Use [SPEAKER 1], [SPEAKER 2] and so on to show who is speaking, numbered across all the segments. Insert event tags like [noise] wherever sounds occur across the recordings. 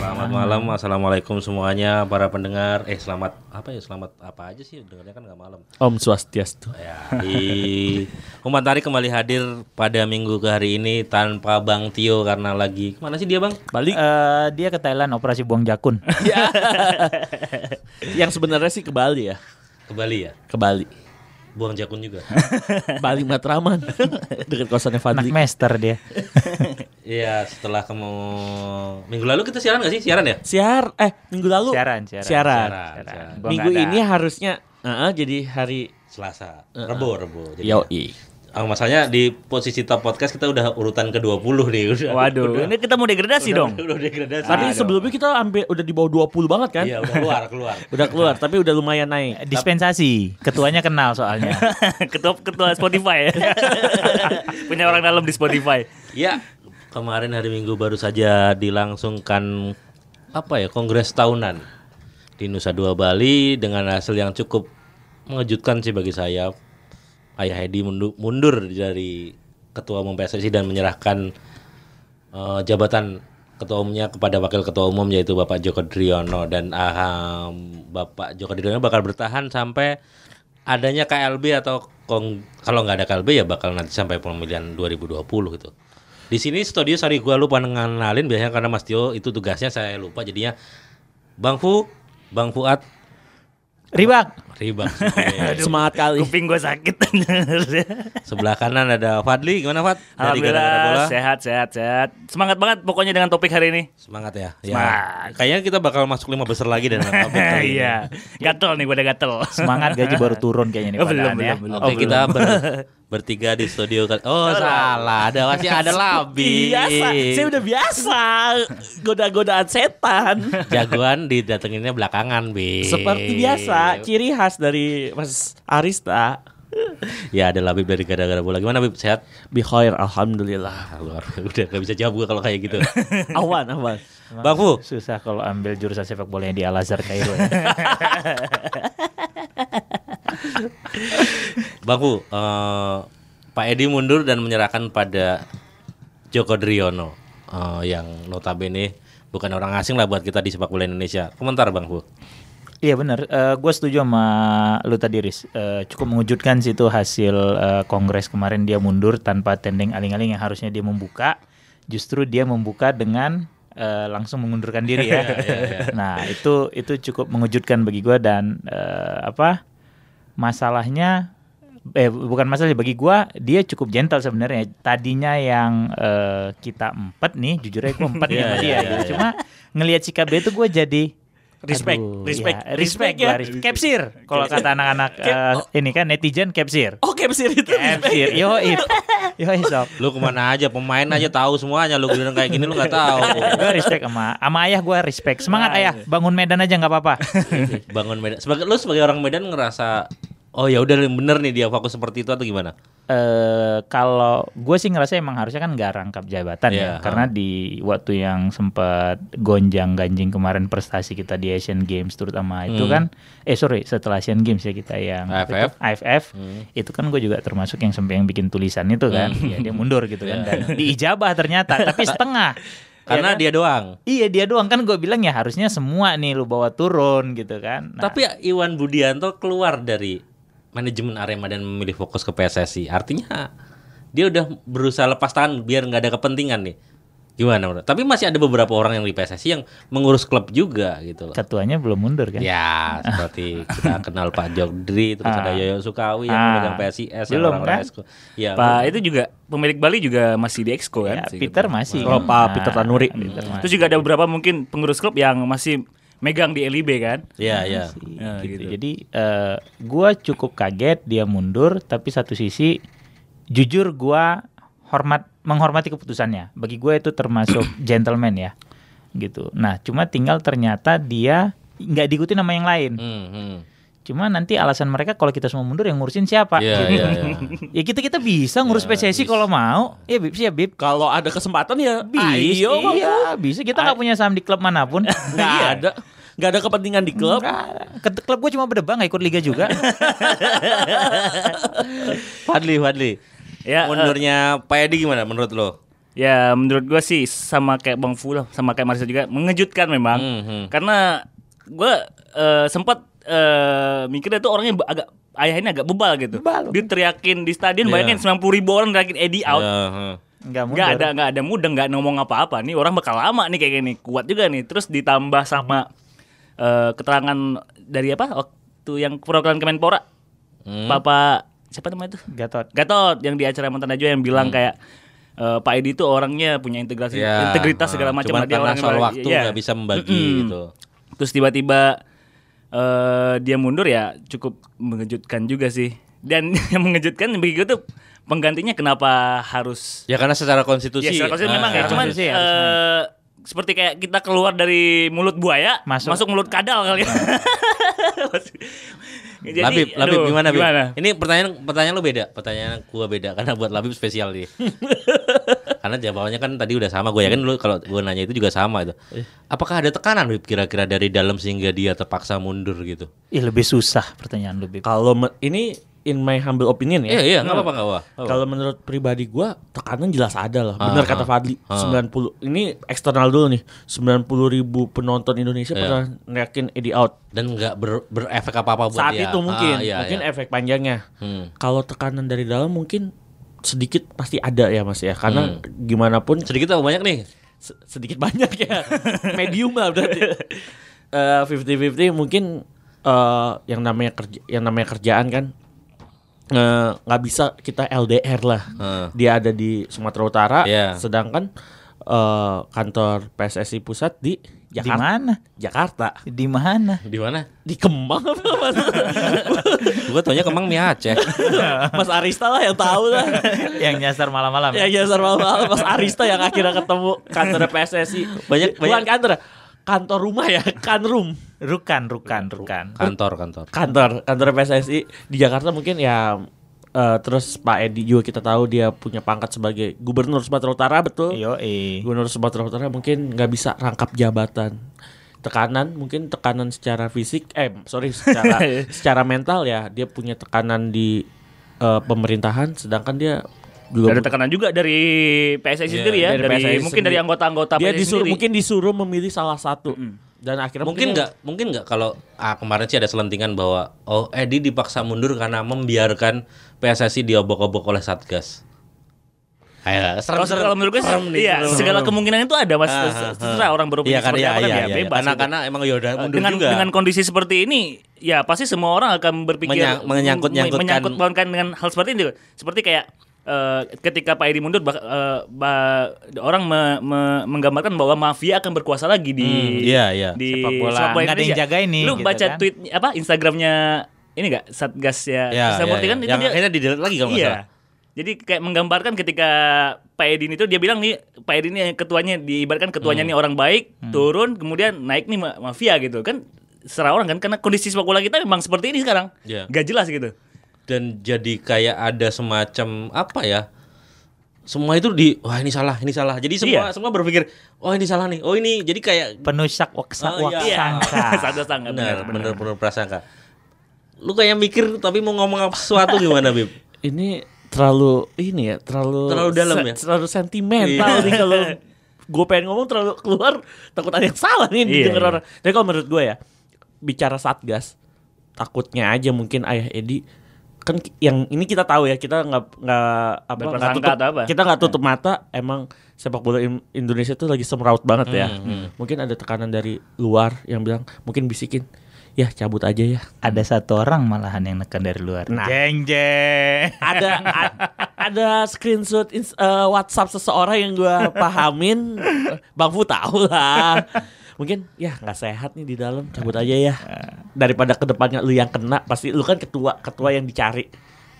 [SPEAKER 1] Selamat malam, assalamualaikum semuanya para pendengar. Eh selamat apa ya selamat apa aja sih dengarnya kan nggak malam.
[SPEAKER 2] Om Swastiastu.
[SPEAKER 1] Ya, di Humantari kembali hadir pada minggu ke hari ini tanpa Bang Tio karena lagi kemana sih dia Bang?
[SPEAKER 2] Balik Ya.
[SPEAKER 3] Eh, dia ke Thailand operasi buang jakun.
[SPEAKER 2] [laughs] yang sebenarnya sih ke Bali ya.
[SPEAKER 1] Ke Bali ya,
[SPEAKER 2] Ke
[SPEAKER 3] [laughs]
[SPEAKER 2] Bali.
[SPEAKER 1] buang jakun juga.
[SPEAKER 2] Bali Matraman. Dekat kosannya
[SPEAKER 3] Anak
[SPEAKER 2] Fadli.
[SPEAKER 3] master dia.
[SPEAKER 1] Iya setelah kamu minggu lalu kita siaran nggak sih siaran ya?
[SPEAKER 2] Siar eh minggu lalu
[SPEAKER 3] Siaran, siaran.
[SPEAKER 2] Siaran.
[SPEAKER 1] siaran.
[SPEAKER 3] Gua
[SPEAKER 2] Minggu
[SPEAKER 3] nggak ada.
[SPEAKER 2] ini harusnya Heeh, jadi hari
[SPEAKER 1] Selasa, Rebo, Rebo. jadinya.
[SPEAKER 2] Yoi.
[SPEAKER 1] Ah, masalahnya di posisi top podcast kita udah urutan ke-20 nih udah.
[SPEAKER 3] Waduh, ini kita mau degradasi
[SPEAKER 1] [laughs]
[SPEAKER 3] dong.
[SPEAKER 1] Udah degradasi.
[SPEAKER 2] Tapi sebelumnya kita hampir udah di bawah 20 banget kan?
[SPEAKER 1] Iya, udah keluar, keluar.
[SPEAKER 2] Udah keluar tapi udah lumayan naik.
[SPEAKER 3] Dispensasi, ketuanya kenal soalnya.
[SPEAKER 4] [laughs] ketua ketua
[SPEAKER 3] [laughs]
[SPEAKER 4] Spotify ya. punya orang dalam di Spotify
[SPEAKER 1] Ya, kemarin hari Minggu baru saja dilangsungkan apa ya kongres tahunan di Nusa Dua Bali dengan hasil yang cukup mengejutkan sih bagi saya. Ayah Hedi mundu- mundur dari ketua umum PSSI dan menyerahkan eh, jabatan ketua umumnya kepada wakil ketua umum yaitu Bapak Joko Driono dan ah, Bapak Joko Driono bakal bertahan sampai adanya KLB atau kong- kalau nggak ada KLB ya bakal nanti sampai pemilihan 2020 gitu. Di sini studio sorry gua lupa ngenalin biasanya karena Mas Tio itu tugasnya saya lupa jadinya Bang Fu, Bang Fuad,
[SPEAKER 3] Ribak,
[SPEAKER 1] Ribak.
[SPEAKER 4] [laughs]
[SPEAKER 2] Ya, Semangat kali.
[SPEAKER 4] kuping gue sakit
[SPEAKER 1] Sebelah kanan ada Fadli, gimana Fad? Dari Gara-Gara Bola.
[SPEAKER 4] alhamdulillah sehat sehat sehat semangat banget pokoknya dengan topik hari ini
[SPEAKER 1] Semangat ya. ya.
[SPEAKER 4] Semangat.
[SPEAKER 1] Kayaknya kita bakal masuk lima besar lagi dan
[SPEAKER 4] [laughs] iya gatel nih gue udah gatel [laughs]
[SPEAKER 3] semangat gaji baru turun kayaknya nih
[SPEAKER 4] Oh, belum,
[SPEAKER 3] padahal ya.
[SPEAKER 4] belum, belum.
[SPEAKER 1] Oke,
[SPEAKER 4] Oh,
[SPEAKER 1] kita
[SPEAKER 2] [laughs]
[SPEAKER 1] ber- bertiga di studio. kali- Oh, salah. Ada masih ada Labi.
[SPEAKER 2] Biasa, Iya, saya udah biasa goda-godaan setan.
[SPEAKER 1] Jagoan didatenginnya belakangan, Bi.
[SPEAKER 2] Seperti biasa, ciri khas dari Mas Arista.
[SPEAKER 1] Ya, ada Labib dari gara-gara bola. Gimana, Bib? Sehat?
[SPEAKER 2] Bikhair, alhamdulillah.
[SPEAKER 1] Ah, luar. [laughs] Udah gak bisa jawab gue kalau kayak gitu.
[SPEAKER 2] Awan, awan.
[SPEAKER 3] Emang
[SPEAKER 1] Bang Fu.
[SPEAKER 3] Susah kalau ambil jurusan sepak bolanya di Al Azhar Kairo. ya.
[SPEAKER 1] Bang Fu, eh, Pak Edi mundur dan menyerahkan pada Joko Driono eh, yang notabene bukan orang asing lah buat kita di sepak bola Indonesia. Komentar, Bang Fu.
[SPEAKER 3] [laughs] Iya benar, gue setuju sama lu tadi Riz. Eh, cukup mengejutkan sih itu hasil eh, kongres kemarin dia mundur tanpa tendeng aling-aling yang harusnya dia membuka, justru dia membuka dengan eh, langsung mengundurkan
[SPEAKER 1] [laughs]
[SPEAKER 3] diri
[SPEAKER 1] Iya,
[SPEAKER 3] ya. Nah itu itu cukup mengejutkan bagi gue dan eh, apa masalahnya eh bukan masalah bagi gua dia cukup gentle sebenarnya tadinya yang eh, kita empat nih jujur aja gua
[SPEAKER 1] [laughs]
[SPEAKER 3] empat nih sama
[SPEAKER 1] Iya,
[SPEAKER 3] dia
[SPEAKER 1] iya,
[SPEAKER 3] gitu.
[SPEAKER 1] iya.
[SPEAKER 3] cuma ngelihat sikap dia tuh gua jadi
[SPEAKER 2] Respect,
[SPEAKER 3] Aduh,
[SPEAKER 2] respect,
[SPEAKER 3] iya,
[SPEAKER 2] respect
[SPEAKER 3] respect,
[SPEAKER 2] ya.
[SPEAKER 3] ya. Capsir, kalau kata anak-anak eh, ini kan netizen capsir.
[SPEAKER 2] Oke, Mesir itu.
[SPEAKER 3] Capsir, yo yo sob.
[SPEAKER 1] Lu kemana aja, pemain aja tahu semuanya. Lu bilang kayak gini lu nggak tahu.
[SPEAKER 2] [laughs]
[SPEAKER 3] Gue respect sama, sama ayah gue respect. Semangat ayah, bangun Medan aja nggak apa-apa.
[SPEAKER 1] Iya Bangun Medan. Sebagai lu sebagai orang Medan ngerasa oh ya udah bener nih dia fokus seperti itu atau gimana?
[SPEAKER 3] eh kalau gue sih ngerasa emang harusnya kan nggak rangkap jabatan
[SPEAKER 1] Iya,
[SPEAKER 3] ya, karena di waktu yang sempat gonjang ganjing kemarin prestasi kita di Asian Games terutama itu
[SPEAKER 1] Hmm.
[SPEAKER 3] kan, eh sorry setelah Asian Games ya kita yang
[SPEAKER 1] AFF.
[SPEAKER 3] itu, AFF,
[SPEAKER 4] Hmm.
[SPEAKER 3] itu kan gue juga termasuk yang sampai yang bikin tulisan itu kan, ya, dia mundur gitu kan,
[SPEAKER 4] [laughs]
[SPEAKER 3] dan diijabah ternyata, tapi setengah.
[SPEAKER 1] Karena dia doang.
[SPEAKER 3] Iya dia doang kan gue bilang ya harusnya semua nih lu bawa turun gitu kan. Nah,
[SPEAKER 1] Tapi Iwan Budianto keluar dari manajemen Arema dan memilih fokus ke PSSI. Artinya dia udah berusaha lepas tangan biar nggak ada kepentingan nih. Gimana menurut? Tapi masih ada beberapa orang yang di PSSI yang mengurus klub juga gitu loh.
[SPEAKER 3] ketuanya belum mundur
[SPEAKER 4] Iya,
[SPEAKER 3] kan.
[SPEAKER 1] Ya, seperti kita
[SPEAKER 3] [laughs]
[SPEAKER 1] kenal Pak Jogdri, terus ada Yoyo Sukawi yang
[SPEAKER 3] Ah.
[SPEAKER 1] memegang PSIS yang
[SPEAKER 3] Belum,
[SPEAKER 1] orang-orang
[SPEAKER 3] kan?
[SPEAKER 1] Esko. Ya,
[SPEAKER 4] pak itu juga pemilik Bali juga masih di Exco
[SPEAKER 3] Ya,
[SPEAKER 4] kan sih, gitu.
[SPEAKER 3] Peter
[SPEAKER 4] Hmm.
[SPEAKER 3] masih.
[SPEAKER 2] Oh,
[SPEAKER 3] Nah,
[SPEAKER 2] Pak Peter Tanuri.
[SPEAKER 3] Peter
[SPEAKER 1] Nah.
[SPEAKER 3] masih.
[SPEAKER 4] terus juga ada beberapa mungkin pengurus klub yang masih megang di LIB kan
[SPEAKER 1] Iya, iya.
[SPEAKER 4] Ya,
[SPEAKER 3] gitu.
[SPEAKER 4] gitu.
[SPEAKER 3] Jadi eh, gua cukup kaget dia mundur, tapi satu sisi jujur gua hormat menghormati keputusannya. Bagi gue itu termasuk gentleman ya, gitu. Nah, cuma tinggal ternyata dia nggak diikuti nama yang lain.
[SPEAKER 1] Hmm, hmm.
[SPEAKER 3] Cuma nanti alasan mereka kalau kita semua mundur yang ngurusin siapa?
[SPEAKER 1] Iya,
[SPEAKER 3] Gitu.
[SPEAKER 1] iya, iya.
[SPEAKER 3] [laughs] ya kita kita bisa ngurus PSSI kalau mau. Ya Bib, ya Bib.
[SPEAKER 4] Kalau ada kesempatan ya
[SPEAKER 3] Bisa,
[SPEAKER 4] ayo Bang.
[SPEAKER 3] iya, bisa. Kita nggak punya saham di klub manapun.
[SPEAKER 1] Iya.
[SPEAKER 4] Nggak
[SPEAKER 1] Nah,
[SPEAKER 4] ada nggak ada kepentingan di
[SPEAKER 1] Hmm.
[SPEAKER 4] klub.
[SPEAKER 3] Nggak. Ke klub gue cuma berdebang nggak ikut liga juga.
[SPEAKER 1] Fadli, Fadli.
[SPEAKER 4] Ya,
[SPEAKER 1] Oh, Mundurnya Pak Edi gimana menurut lo?
[SPEAKER 4] Ya menurut gua sih sama kayak Bang Fulah sama kayak Marisa juga mengejutkan memang
[SPEAKER 1] Hmm, hmm.
[SPEAKER 4] karena gua eh, sempat eh, mikirnya tuh orangnya ba- agak ayah ini agak bebal gitu.
[SPEAKER 3] Bebal.
[SPEAKER 4] Diteriakin di stadion
[SPEAKER 1] Iya.
[SPEAKER 4] bayangin 90 ribu orang teriakin Eddie out.
[SPEAKER 1] Ya, heeh.
[SPEAKER 3] Nggak mundur.
[SPEAKER 4] Nggak ada nggak ada mudeng nggak ngomong apa-apa nih orang bakal lama nih kayak gini kuat juga nih terus ditambah sama eh, keterangan dari apa waktu yang perwakilan Kemenpora
[SPEAKER 1] Hmm.
[SPEAKER 4] Papa siapa namanya tuh
[SPEAKER 3] Gatot.
[SPEAKER 4] Gatot yang di acara Mantan Najwa yang bilang kayak eh, Pak Edi itu orangnya punya
[SPEAKER 1] Hmm.
[SPEAKER 4] integrasi
[SPEAKER 1] Ya,
[SPEAKER 4] integritas segala
[SPEAKER 1] eh,
[SPEAKER 4] macam
[SPEAKER 1] cuman
[SPEAKER 4] Nah, dia
[SPEAKER 1] karena
[SPEAKER 4] orang yang
[SPEAKER 1] soal
[SPEAKER 4] balik-
[SPEAKER 1] waktu
[SPEAKER 4] iya.
[SPEAKER 1] nggak bisa membagi
[SPEAKER 4] Mm-mm.
[SPEAKER 1] gitu.
[SPEAKER 4] Terus tiba-tiba eh, dia mundur ya cukup mengejutkan juga sih. Dan [laughs] yang mengejutkan bagi gue tuh penggantinya kenapa harus
[SPEAKER 1] Ya karena secara konstitusi.
[SPEAKER 4] Ya, secara konstitusi
[SPEAKER 1] ah,
[SPEAKER 4] memang ya,
[SPEAKER 1] ah,
[SPEAKER 4] cuman
[SPEAKER 3] konstitusi ya,
[SPEAKER 4] eh, seperti kayak kita keluar dari mulut buaya
[SPEAKER 3] Masuk.
[SPEAKER 4] masuk, mulut kadal kali
[SPEAKER 1] [laughs]
[SPEAKER 4] ya. Jadi,
[SPEAKER 1] Labib, Labib
[SPEAKER 4] aduh,
[SPEAKER 1] gimana, Bib? Ini pertanyaan pertanyaan lo beda, pertanyaan gua beda karena buat Labib spesial
[SPEAKER 4] [laughs]
[SPEAKER 1] dia. karena jawabannya kan tadi udah sama, gue yakin lo kalau gua nanya itu juga sama itu. Apakah ada tekanan Bib kira-kira dari dalam sehingga dia terpaksa mundur gitu?
[SPEAKER 3] Ih lebih susah pertanyaan lu Bib.
[SPEAKER 2] Kalau me- ini in my humble opinion ya.
[SPEAKER 1] Iya, iya,
[SPEAKER 4] Hmm.
[SPEAKER 1] nggak apa-apa nggak apa-apa.
[SPEAKER 2] Kalau menurut pribadi gua tekanan jelas ada lah.
[SPEAKER 1] Ah,
[SPEAKER 2] Bener kata
[SPEAKER 1] ah,
[SPEAKER 2] Fadli. 90 ini eksternal dulu nih. 90 ribu penonton Indonesia
[SPEAKER 1] Iya.
[SPEAKER 2] pernah ngerakin Eddie out.
[SPEAKER 1] Dan nggak ber- berefek apa-apa buat
[SPEAKER 2] Saat
[SPEAKER 1] dia.
[SPEAKER 2] itu mungkin,
[SPEAKER 1] Ah, iya,
[SPEAKER 2] mungkin
[SPEAKER 1] iya.
[SPEAKER 2] efek panjangnya.
[SPEAKER 1] Hmm.
[SPEAKER 2] Kalau tekanan dari dalam mungkin sedikit pasti ada ya Mas ya. Karena gimana pun
[SPEAKER 1] sedikit atau banyak nih?
[SPEAKER 2] se- sedikit banyak ya medium lah berarti fifty fifty mungkin eh, yang namanya kerja yang namanya kerjaan kan eh, nggak bisa kita LDR lah
[SPEAKER 1] Heeh.
[SPEAKER 2] dia ada di Sumatera Utara
[SPEAKER 1] Iya.
[SPEAKER 2] sedangkan eh, kantor PSSI pusat di
[SPEAKER 3] Di
[SPEAKER 2] Jakarta
[SPEAKER 3] mana?
[SPEAKER 2] Jakarta
[SPEAKER 3] Di
[SPEAKER 2] [laughs]
[SPEAKER 3] mana?
[SPEAKER 1] Di mana?
[SPEAKER 2] di Kemang apa
[SPEAKER 3] [laughs]
[SPEAKER 2] mas
[SPEAKER 1] Gua taunya Kemang mie
[SPEAKER 4] [laughs]
[SPEAKER 1] Aceh.
[SPEAKER 2] Mas Arista lah yang tahu lah
[SPEAKER 3] Yang nyasar malam-malam.
[SPEAKER 2] ya ya malam Mas Arista yang akhirnya ketemu kantor PSSI
[SPEAKER 1] Banyak-
[SPEAKER 2] bukan
[SPEAKER 1] banyak-
[SPEAKER 2] kantor ya, kantor rumah ya kanrum
[SPEAKER 3] Rukan, rukan, rukan.
[SPEAKER 1] Kantor, kantor.
[SPEAKER 2] kantor kantor PSSI di Jakarta mungkin ya eh, terus Pak Edi juga kita tahu dia punya pangkat sebagai Gubernur Sumatera Utara betul
[SPEAKER 3] Yo eh.
[SPEAKER 2] Gubernur Sumatera Utara mungkin nggak bisa rangkap jabatan tekanan mungkin tekanan secara fisik eh sorry [laughs] secara secara mental ya dia punya tekanan di eh, pemerintahan sedangkan dia juga
[SPEAKER 4] Dari tekanan juga dari PSSI
[SPEAKER 1] Iya,
[SPEAKER 4] sendiri ya,
[SPEAKER 2] dari
[SPEAKER 4] dari,
[SPEAKER 2] PSSI
[SPEAKER 4] mungkin dari
[SPEAKER 2] sendiri.
[SPEAKER 4] anggota-anggota
[SPEAKER 2] dia
[SPEAKER 4] PSSI
[SPEAKER 2] disuruh
[SPEAKER 4] sendiri.
[SPEAKER 2] mungkin disuruh memilih salah satu dan akhirnya
[SPEAKER 1] Mungkin nggak, mungkin nggak kalau ah, kemarin sih ada selentingan bahwa oh Edi dipaksa mundur karena membiarkan PSSI diobok-obok oleh satgas. Ayo, serem,
[SPEAKER 4] Kalau
[SPEAKER 1] serem.
[SPEAKER 4] kalau menurut gue sih,
[SPEAKER 1] Serem nih,
[SPEAKER 4] iya,
[SPEAKER 1] serem.
[SPEAKER 4] segala kemungkinan itu ada mas.
[SPEAKER 1] Ah, ah, ah.
[SPEAKER 4] Terserah orang beropini
[SPEAKER 1] Iya kan,
[SPEAKER 4] seperti
[SPEAKER 1] iya,
[SPEAKER 4] apa kan
[SPEAKER 1] iya,
[SPEAKER 4] ya
[SPEAKER 1] iya.
[SPEAKER 4] bebas.
[SPEAKER 1] Karena,
[SPEAKER 4] gitu.
[SPEAKER 1] karena emang ya udah mundur
[SPEAKER 4] dengan
[SPEAKER 1] juga.
[SPEAKER 4] dengan kondisi seperti ini ya pasti semua orang akan berpikir
[SPEAKER 1] Menyang- menyangkut-nyangkutkan.
[SPEAKER 4] menyangkut pautkan dengan hal seperti ini seperti kayak eh, ketika Pak Edi mundur bak- eh, ba- orang me- me- menggambarkan bahwa mafia akan berkuasa lagi di
[SPEAKER 1] Hmm, iya, iya.
[SPEAKER 4] di
[SPEAKER 3] Sepak bola. Nggak ada yang
[SPEAKER 4] Indonesia.
[SPEAKER 3] jagain nih,
[SPEAKER 4] lu
[SPEAKER 3] gitu
[SPEAKER 4] baca
[SPEAKER 3] kan.
[SPEAKER 4] tweet apa Instagramnya ini enggak Satgas
[SPEAKER 1] Ya,
[SPEAKER 4] ya,
[SPEAKER 1] ya,
[SPEAKER 4] Krisnamurti
[SPEAKER 1] ya.
[SPEAKER 4] kan itu
[SPEAKER 1] yang
[SPEAKER 4] dia-
[SPEAKER 1] akhirnya di delete lagi kalau nggak
[SPEAKER 4] iya.
[SPEAKER 1] salah.
[SPEAKER 4] Jadi kayak menggambarkan ketika Pak Edi itu dia bilang nih Pak Edi ini ketuanya diibaratkan ketuanya nih orang baik turun kemudian naik nih ma- mafia gitu kan serah orang kan karena kondisi sepak bola kita memang seperti ini sekarang
[SPEAKER 1] Iya.
[SPEAKER 4] nggak jelas gitu
[SPEAKER 1] Dan jadi kayak ada semacam apa ya? Semua itu di wah ini salah, ini salah. Jadi semua
[SPEAKER 4] Iya.
[SPEAKER 1] semua berpikir, oh ini salah nih. Oh ini jadi kayak
[SPEAKER 3] Penuh sak waksa
[SPEAKER 1] Oh, iya.
[SPEAKER 4] [laughs]
[SPEAKER 3] waksangka.
[SPEAKER 4] Sangka sangka
[SPEAKER 1] benar,
[SPEAKER 4] benar
[SPEAKER 1] benar, benar prasangka. Lu kayak mikir tapi mau ngomong apa sesuatu gimana, Bib?
[SPEAKER 2] ini terlalu ini ya terlalu
[SPEAKER 1] Terlalu dalam ya?
[SPEAKER 2] terlalu sentimental
[SPEAKER 4] Iya.
[SPEAKER 2] nih kalau gue pengen ngomong terlalu keluar takut ada yang salah nih
[SPEAKER 4] Iya,
[SPEAKER 2] didengar
[SPEAKER 4] iya.
[SPEAKER 2] orang tapi kalau menurut gue ya bicara satgas takutnya aja mungkin ayah Edi kan ki- yang ini kita tahu ya kita nggak nggak apa nggak
[SPEAKER 4] Berprasangka
[SPEAKER 2] tutup
[SPEAKER 4] atau apa? Iya.
[SPEAKER 2] kita nggak tutup mata emang sepak bola in- Indonesia tuh lagi semraut banget ya
[SPEAKER 4] Hmm,
[SPEAKER 2] mungkin ada tekanan dari luar yang bilang mungkin bisikin ya cabut aja ya
[SPEAKER 3] Ada satu orang malahan yang nekan dari luar.
[SPEAKER 2] Nah.
[SPEAKER 3] Jeng jeng.
[SPEAKER 2] ada a- ada screenshot ins- eh, WhatsApp seseorang yang gua pahamin Bang Fu tahu lah mungkin ya nggak sehat nih di dalam cabut aja ya daripada kedepannya lu yang kena pasti lu kan ketua ketua yang dicari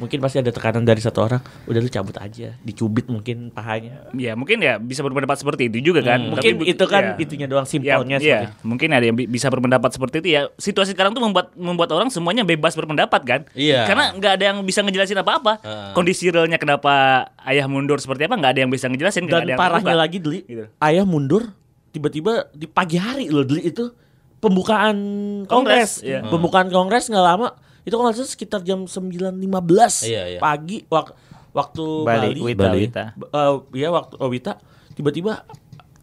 [SPEAKER 2] mungkin pasti ada tekanan dari satu orang udah lu cabut aja dicubit mungkin pahanya
[SPEAKER 4] Ya mungkin ya bisa berpendapat seperti itu juga kan.
[SPEAKER 2] mungkin
[SPEAKER 4] Tapi-
[SPEAKER 2] itu kan
[SPEAKER 4] ya.
[SPEAKER 2] itunya doang
[SPEAKER 4] Ya,
[SPEAKER 2] simpelnya
[SPEAKER 4] ya,
[SPEAKER 2] seperti-
[SPEAKER 4] mungkin ada yang bi- bisa berpendapat seperti itu ya. Situasi sekarang tuh membuat membuat orang semuanya bebas berpendapat kan?
[SPEAKER 1] Iya.
[SPEAKER 4] Karena nggak ada yang bisa ngejelasin apa-apa.
[SPEAKER 1] Heeh.
[SPEAKER 4] Kondisi realnya kenapa ayah mundur seperti apa nggak ada yang bisa ngejelasin. nggak
[SPEAKER 2] dan
[SPEAKER 4] ada yang
[SPEAKER 2] parahnya
[SPEAKER 4] ngerubah.
[SPEAKER 2] lagi Deli
[SPEAKER 4] Gitu.
[SPEAKER 2] ayah mundur tiba-tiba di pagi hari loh Deli itu pembukaan
[SPEAKER 4] Kongres,
[SPEAKER 2] kongres,
[SPEAKER 4] iya.
[SPEAKER 2] pembukaan kongres nggak lama itu kongresnya sekitar jam 9.15
[SPEAKER 1] Iya, iya.
[SPEAKER 2] pagi wak- waktu
[SPEAKER 3] Bali,
[SPEAKER 2] Bali,
[SPEAKER 3] Wita,
[SPEAKER 2] Bali.
[SPEAKER 3] Wita.
[SPEAKER 2] B- eh, iya waktu oh, Wita tiba-tiba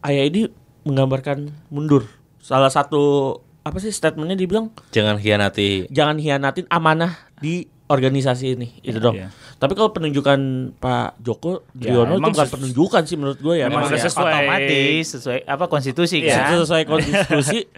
[SPEAKER 2] ayah ini menggambarkan mundur salah satu apa sih statementnya dibilang
[SPEAKER 1] Jangan khianati.
[SPEAKER 2] jangan hianatin amanah di organisasi ini itu dong.
[SPEAKER 4] Iya.
[SPEAKER 2] Tapi kalau penunjukan Pak Joko
[SPEAKER 4] Ya,
[SPEAKER 2] Driono itu
[SPEAKER 4] emang
[SPEAKER 2] bukan
[SPEAKER 4] ses-
[SPEAKER 2] penunjukan sih menurut gue ya.
[SPEAKER 4] Memang
[SPEAKER 2] Mas ya.
[SPEAKER 4] sesuai-
[SPEAKER 3] otomatis sesuai apa konstitusi
[SPEAKER 4] Iya.
[SPEAKER 3] kan.
[SPEAKER 2] [laughs] sesuai konstitusi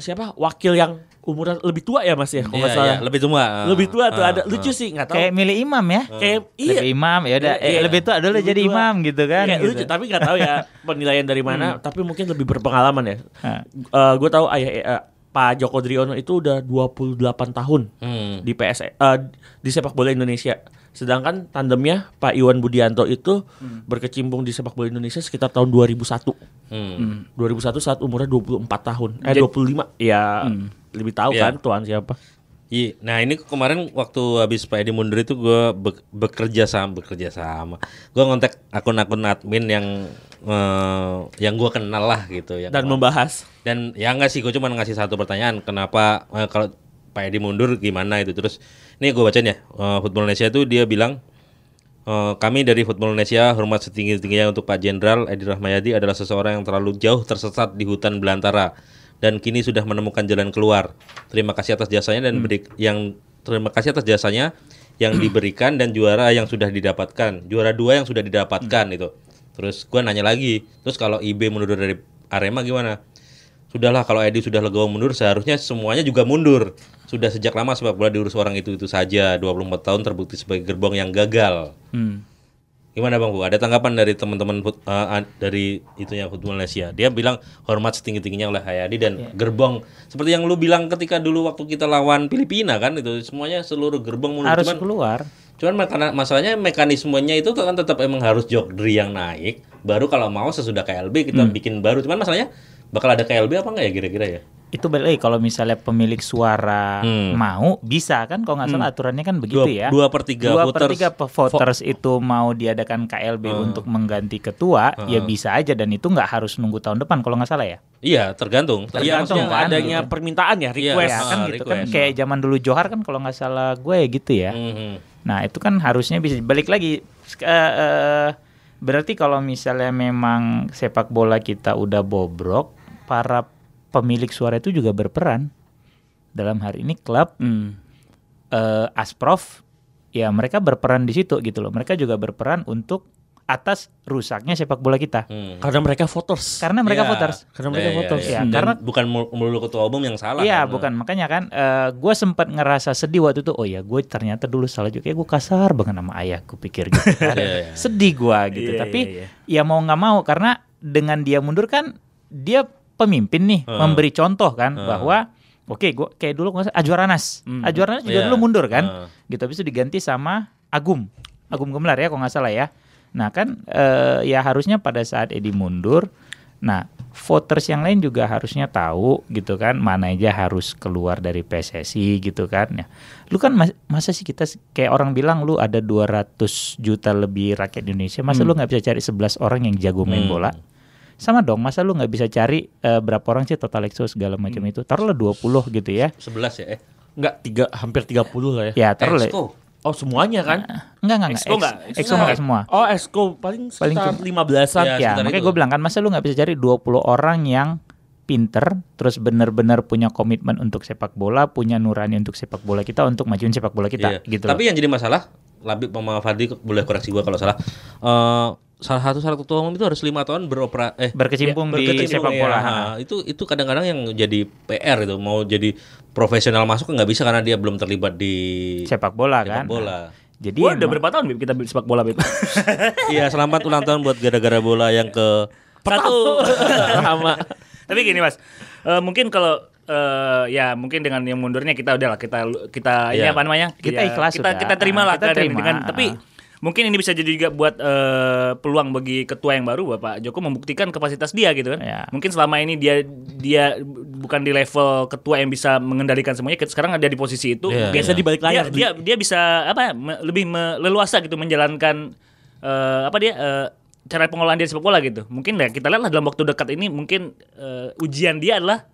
[SPEAKER 2] siapa wakil yang umuran lebih tua ya Mas ya
[SPEAKER 1] Iya,
[SPEAKER 2] kalau nggak salah.
[SPEAKER 1] iya, lebih tua. ah,
[SPEAKER 2] lebih tua tuh
[SPEAKER 1] ah,
[SPEAKER 2] ada
[SPEAKER 1] ah.
[SPEAKER 2] lucu sih nggak tahu.
[SPEAKER 3] Kayak milih imam ya.
[SPEAKER 2] Kayak iya.
[SPEAKER 3] Lebih imam ya udah eh,
[SPEAKER 2] Iya.
[SPEAKER 3] lebih tua dulu
[SPEAKER 2] Lebih
[SPEAKER 3] jadi
[SPEAKER 2] tua.
[SPEAKER 3] imam gitu
[SPEAKER 2] Kayak
[SPEAKER 3] kan. gitu. Hmm.
[SPEAKER 2] lucu tapi nggak tahu
[SPEAKER 3] [laughs]
[SPEAKER 2] ya penilaian dari mana tapi mungkin lebih berpengalaman ya.
[SPEAKER 3] Nah,
[SPEAKER 2] gue tahu ayah eh, Pak Joko Driono itu udah 28 tahun
[SPEAKER 1] Hmm.
[SPEAKER 2] di PS eh, di sepak bola Indonesia. Sedangkan tandemnya Pak Iwan Budianto itu
[SPEAKER 3] Hmm.
[SPEAKER 2] berkecimpung di sepak bola Indonesia sekitar tahun 2001.
[SPEAKER 1] Hmm.
[SPEAKER 2] 2001 saat umurnya 24 tahun. Eh
[SPEAKER 4] Jadi-
[SPEAKER 2] 25. Ya lebih tahu
[SPEAKER 1] Iya.
[SPEAKER 2] kan tuan siapa.
[SPEAKER 1] Iya, nah ini kemarin waktu habis Pak Edi mundur itu gue bekerja sama, bekerja sama. Gue ngontak akun-akun admin yang eh, yang gue kenal lah gitu. Yang
[SPEAKER 2] Dan membahas
[SPEAKER 1] dan ya enggak sih gue cuma ngasih satu pertanyaan kenapa eh, kalau Pak Edi mundur gimana itu terus ini gue bacain ya eh, Football Indonesia itu dia bilang eh, kami dari Football Indonesia hormat setinggi tingginya untuk Pak Jenderal Edi Rahmayadi adalah seseorang yang terlalu jauh tersesat di hutan belantara dan kini sudah menemukan jalan keluar terima kasih atas jasanya dan beri- yang terima kasih atas jasanya yang diberikan dan juara yang sudah didapatkan juara dua yang sudah didapatkan itu terus gue nanya lagi terus kalau IB mundur dari Arema gimana Sudahlah kalau Edi sudah legowo mundur seharusnya semuanya juga mundur. Sudah sejak lama sepak bola diurus orang itu-itu saja. 24 tahun terbukti sebagai gerbong yang gagal.
[SPEAKER 3] hmm.
[SPEAKER 1] Gimana Bang Bu? Ada tanggapan dari teman-teman fut- eh, an- dari itunya Football Malaysia. Dia bilang hormat setinggi-tingginya oleh Hayadi dan
[SPEAKER 3] Ya.
[SPEAKER 1] gerbong seperti yang lu bilang ketika dulu waktu kita lawan Filipina kan itu semuanya seluruh gerbong mundur
[SPEAKER 3] Harus
[SPEAKER 1] Cuman-
[SPEAKER 3] keluar.
[SPEAKER 1] Cuman makana- masalahnya mekanismenya itu kan tetap emang harus jokdri yang naik. Baru kalau mau sesudah KLB kita bikin baru. Cuman masalahnya bakal ada KLB apa enggak ya kira-kira ya?
[SPEAKER 3] Itu balik lagi kalau misalnya pemilik suara
[SPEAKER 1] Hmm.
[SPEAKER 3] mau bisa kan kalau nggak salah
[SPEAKER 2] Hmm.
[SPEAKER 3] aturannya kan begitu
[SPEAKER 1] dua,
[SPEAKER 3] ya.
[SPEAKER 1] dua per tiga
[SPEAKER 3] Dua per
[SPEAKER 1] voters.
[SPEAKER 3] tiga pe- voters itu mau diadakan KLB untuk mengganti ketua, ya bisa aja dan itu nggak harus nunggu tahun depan kalau nggak salah ya.
[SPEAKER 1] Iya, tergantung. Iya,
[SPEAKER 3] Tergantung
[SPEAKER 1] maksudnya
[SPEAKER 3] kan,
[SPEAKER 1] adanya.
[SPEAKER 2] adanya permintaan ya
[SPEAKER 1] Iya.
[SPEAKER 2] request.
[SPEAKER 3] Ya
[SPEAKER 1] Ah,
[SPEAKER 3] kan gitu kan
[SPEAKER 1] request.
[SPEAKER 3] kayak zaman dulu Johar kan kalau nggak salah gue ya gitu ya.
[SPEAKER 1] Mhm.
[SPEAKER 3] Nah itu kan harusnya bisa balik lagi. Sek- eh, eh, berarti kalau misalnya memang sepak bola kita udah bobrok, para pemilik suara itu juga berperan. Dalam hari ini klub, eh, asprof, ya mereka berperan di situ gitu loh. Mereka juga berperan untuk atas rusaknya sepak bola kita.
[SPEAKER 1] Hmm.
[SPEAKER 2] Karena mereka voters.
[SPEAKER 3] Karena mereka
[SPEAKER 1] Iya.
[SPEAKER 3] voters.
[SPEAKER 2] Karena mereka
[SPEAKER 1] Iya, iya,
[SPEAKER 2] voters.
[SPEAKER 1] iya.
[SPEAKER 3] Ya,
[SPEAKER 1] Dan
[SPEAKER 3] karena-
[SPEAKER 1] bukan mul- melulu ketua umum yang salah.
[SPEAKER 3] Iya
[SPEAKER 1] kan?
[SPEAKER 3] bukan makanya kan gue sempat ngerasa sedih waktu itu oh ya gue ternyata dulu salah juga ya gue kasar banget sama ayah gue pikir gitu kan.
[SPEAKER 1] [laughs] Iya, iya.
[SPEAKER 3] sedih gue gitu
[SPEAKER 4] Iya,
[SPEAKER 3] tapi
[SPEAKER 4] iya,
[SPEAKER 3] ya mau nggak mau karena dengan dia mundur kan dia pemimpin nih
[SPEAKER 1] Heeh.
[SPEAKER 3] memberi contoh kan
[SPEAKER 1] Heeh.
[SPEAKER 3] bahwa oke gue kayak dulu gua Ajuaranas
[SPEAKER 4] Hmm.
[SPEAKER 3] Ajuaranas juga
[SPEAKER 1] Iya.
[SPEAKER 3] dulu mundur kan
[SPEAKER 1] Heeh.
[SPEAKER 3] gitu habis itu diganti sama Agum Agum Gemelar ya kalau nggak salah ya nah kan eh, ya harusnya pada saat Edi mundur nah voters yang lain juga harusnya tahu gitu kan mana aja harus keluar dari PSSI gitu kan ya lu kan mas- masa sih kita s- kayak orang bilang lu ada 200 juta lebih rakyat Indonesia masa lu nggak bisa cari 11 orang yang jago main
[SPEAKER 1] Hmm.
[SPEAKER 3] bola sama dong masa lu nggak bisa cari eh, berapa orang sih total EXO segala macam
[SPEAKER 1] Hmm.
[SPEAKER 3] itu taruhlah 20 gitu ya
[SPEAKER 1] 11 ya. Eh,
[SPEAKER 2] Enggak tiga hampir 30 lah ya.
[SPEAKER 3] ya taruhlah
[SPEAKER 1] Exco.
[SPEAKER 2] Oh semuanya kan?
[SPEAKER 3] Enggak, enggak, enggak.
[SPEAKER 4] Exco nggak?
[SPEAKER 3] Ex- Exco nggak semua.
[SPEAKER 2] Oh Esko paling
[SPEAKER 3] Paling
[SPEAKER 2] sekitar
[SPEAKER 3] cuma-
[SPEAKER 2] 15-an.
[SPEAKER 1] Iya.
[SPEAKER 3] Ya,
[SPEAKER 1] sekitar
[SPEAKER 3] makanya
[SPEAKER 1] Iya, itu.
[SPEAKER 3] gue bilang kan, masa lu nggak bisa cari 20 orang yang pinter, terus benar-benar punya komitmen untuk sepak bola, punya nurani untuk sepak bola kita, untuk majuin sepak bola
[SPEAKER 1] Iya.
[SPEAKER 3] kita, gitu.
[SPEAKER 1] Tapi
[SPEAKER 3] loh.
[SPEAKER 1] yang jadi masalah, Labib sama Fadli boleh koreksi gua kalau salah. Eh, salah satu syarat ketua umum itu harus lima tahun beropera eh
[SPEAKER 3] Berkecimpung di sepak bola.
[SPEAKER 1] ya. Nah, itu itu kadang-kadang yang jadi PR itu mau jadi profesional masuk nggak bisa karena dia belum terlibat di
[SPEAKER 3] sepak bola
[SPEAKER 1] sepak
[SPEAKER 3] kan.
[SPEAKER 1] bola.
[SPEAKER 3] Jadi
[SPEAKER 4] Gua udah
[SPEAKER 3] emang-
[SPEAKER 4] berapa tahun Bib, kita sepak bola
[SPEAKER 2] [laughs]
[SPEAKER 4] Bib?
[SPEAKER 1] Iya, selamat ulang tahun buat gara-gara bola yang ke
[SPEAKER 3] [laughs]
[SPEAKER 4] Satu.
[SPEAKER 2] Sama.
[SPEAKER 4] Tapi gini mas, Eh mungkin kalau eh, ya mungkin dengan yang mundurnya kita udahlah kita kita ini
[SPEAKER 1] Iya.
[SPEAKER 4] apa namanya?
[SPEAKER 3] Kita
[SPEAKER 4] Ya,
[SPEAKER 3] ikhlas
[SPEAKER 4] Kita
[SPEAKER 3] sudah.
[SPEAKER 4] kita terima lah
[SPEAKER 3] Kita
[SPEAKER 4] keadaan
[SPEAKER 3] terima. Ah.
[SPEAKER 4] dengan- tapi mungkin ini bisa jadi juga buat eh, peluang bagi ketua yang baru Bapak Joko membuktikan kapasitas dia gitu kan.
[SPEAKER 3] Iya.
[SPEAKER 4] Mungkin selama ini dia dia bukan di level ketua yang bisa mengendalikan semuanya. Sekarang ada di posisi itu.
[SPEAKER 1] Iya,
[SPEAKER 4] biasa
[SPEAKER 1] iya.
[SPEAKER 4] di balik layar. Dia, dia bisa apa ya, me- lebih me- leluasa gitu menjalankan eh, apa dia eh, cara pengelolaan dia di sepak bola gitu. Mungkin ya kita lihatlah dalam waktu dekat ini mungkin eh, ujian dia adalah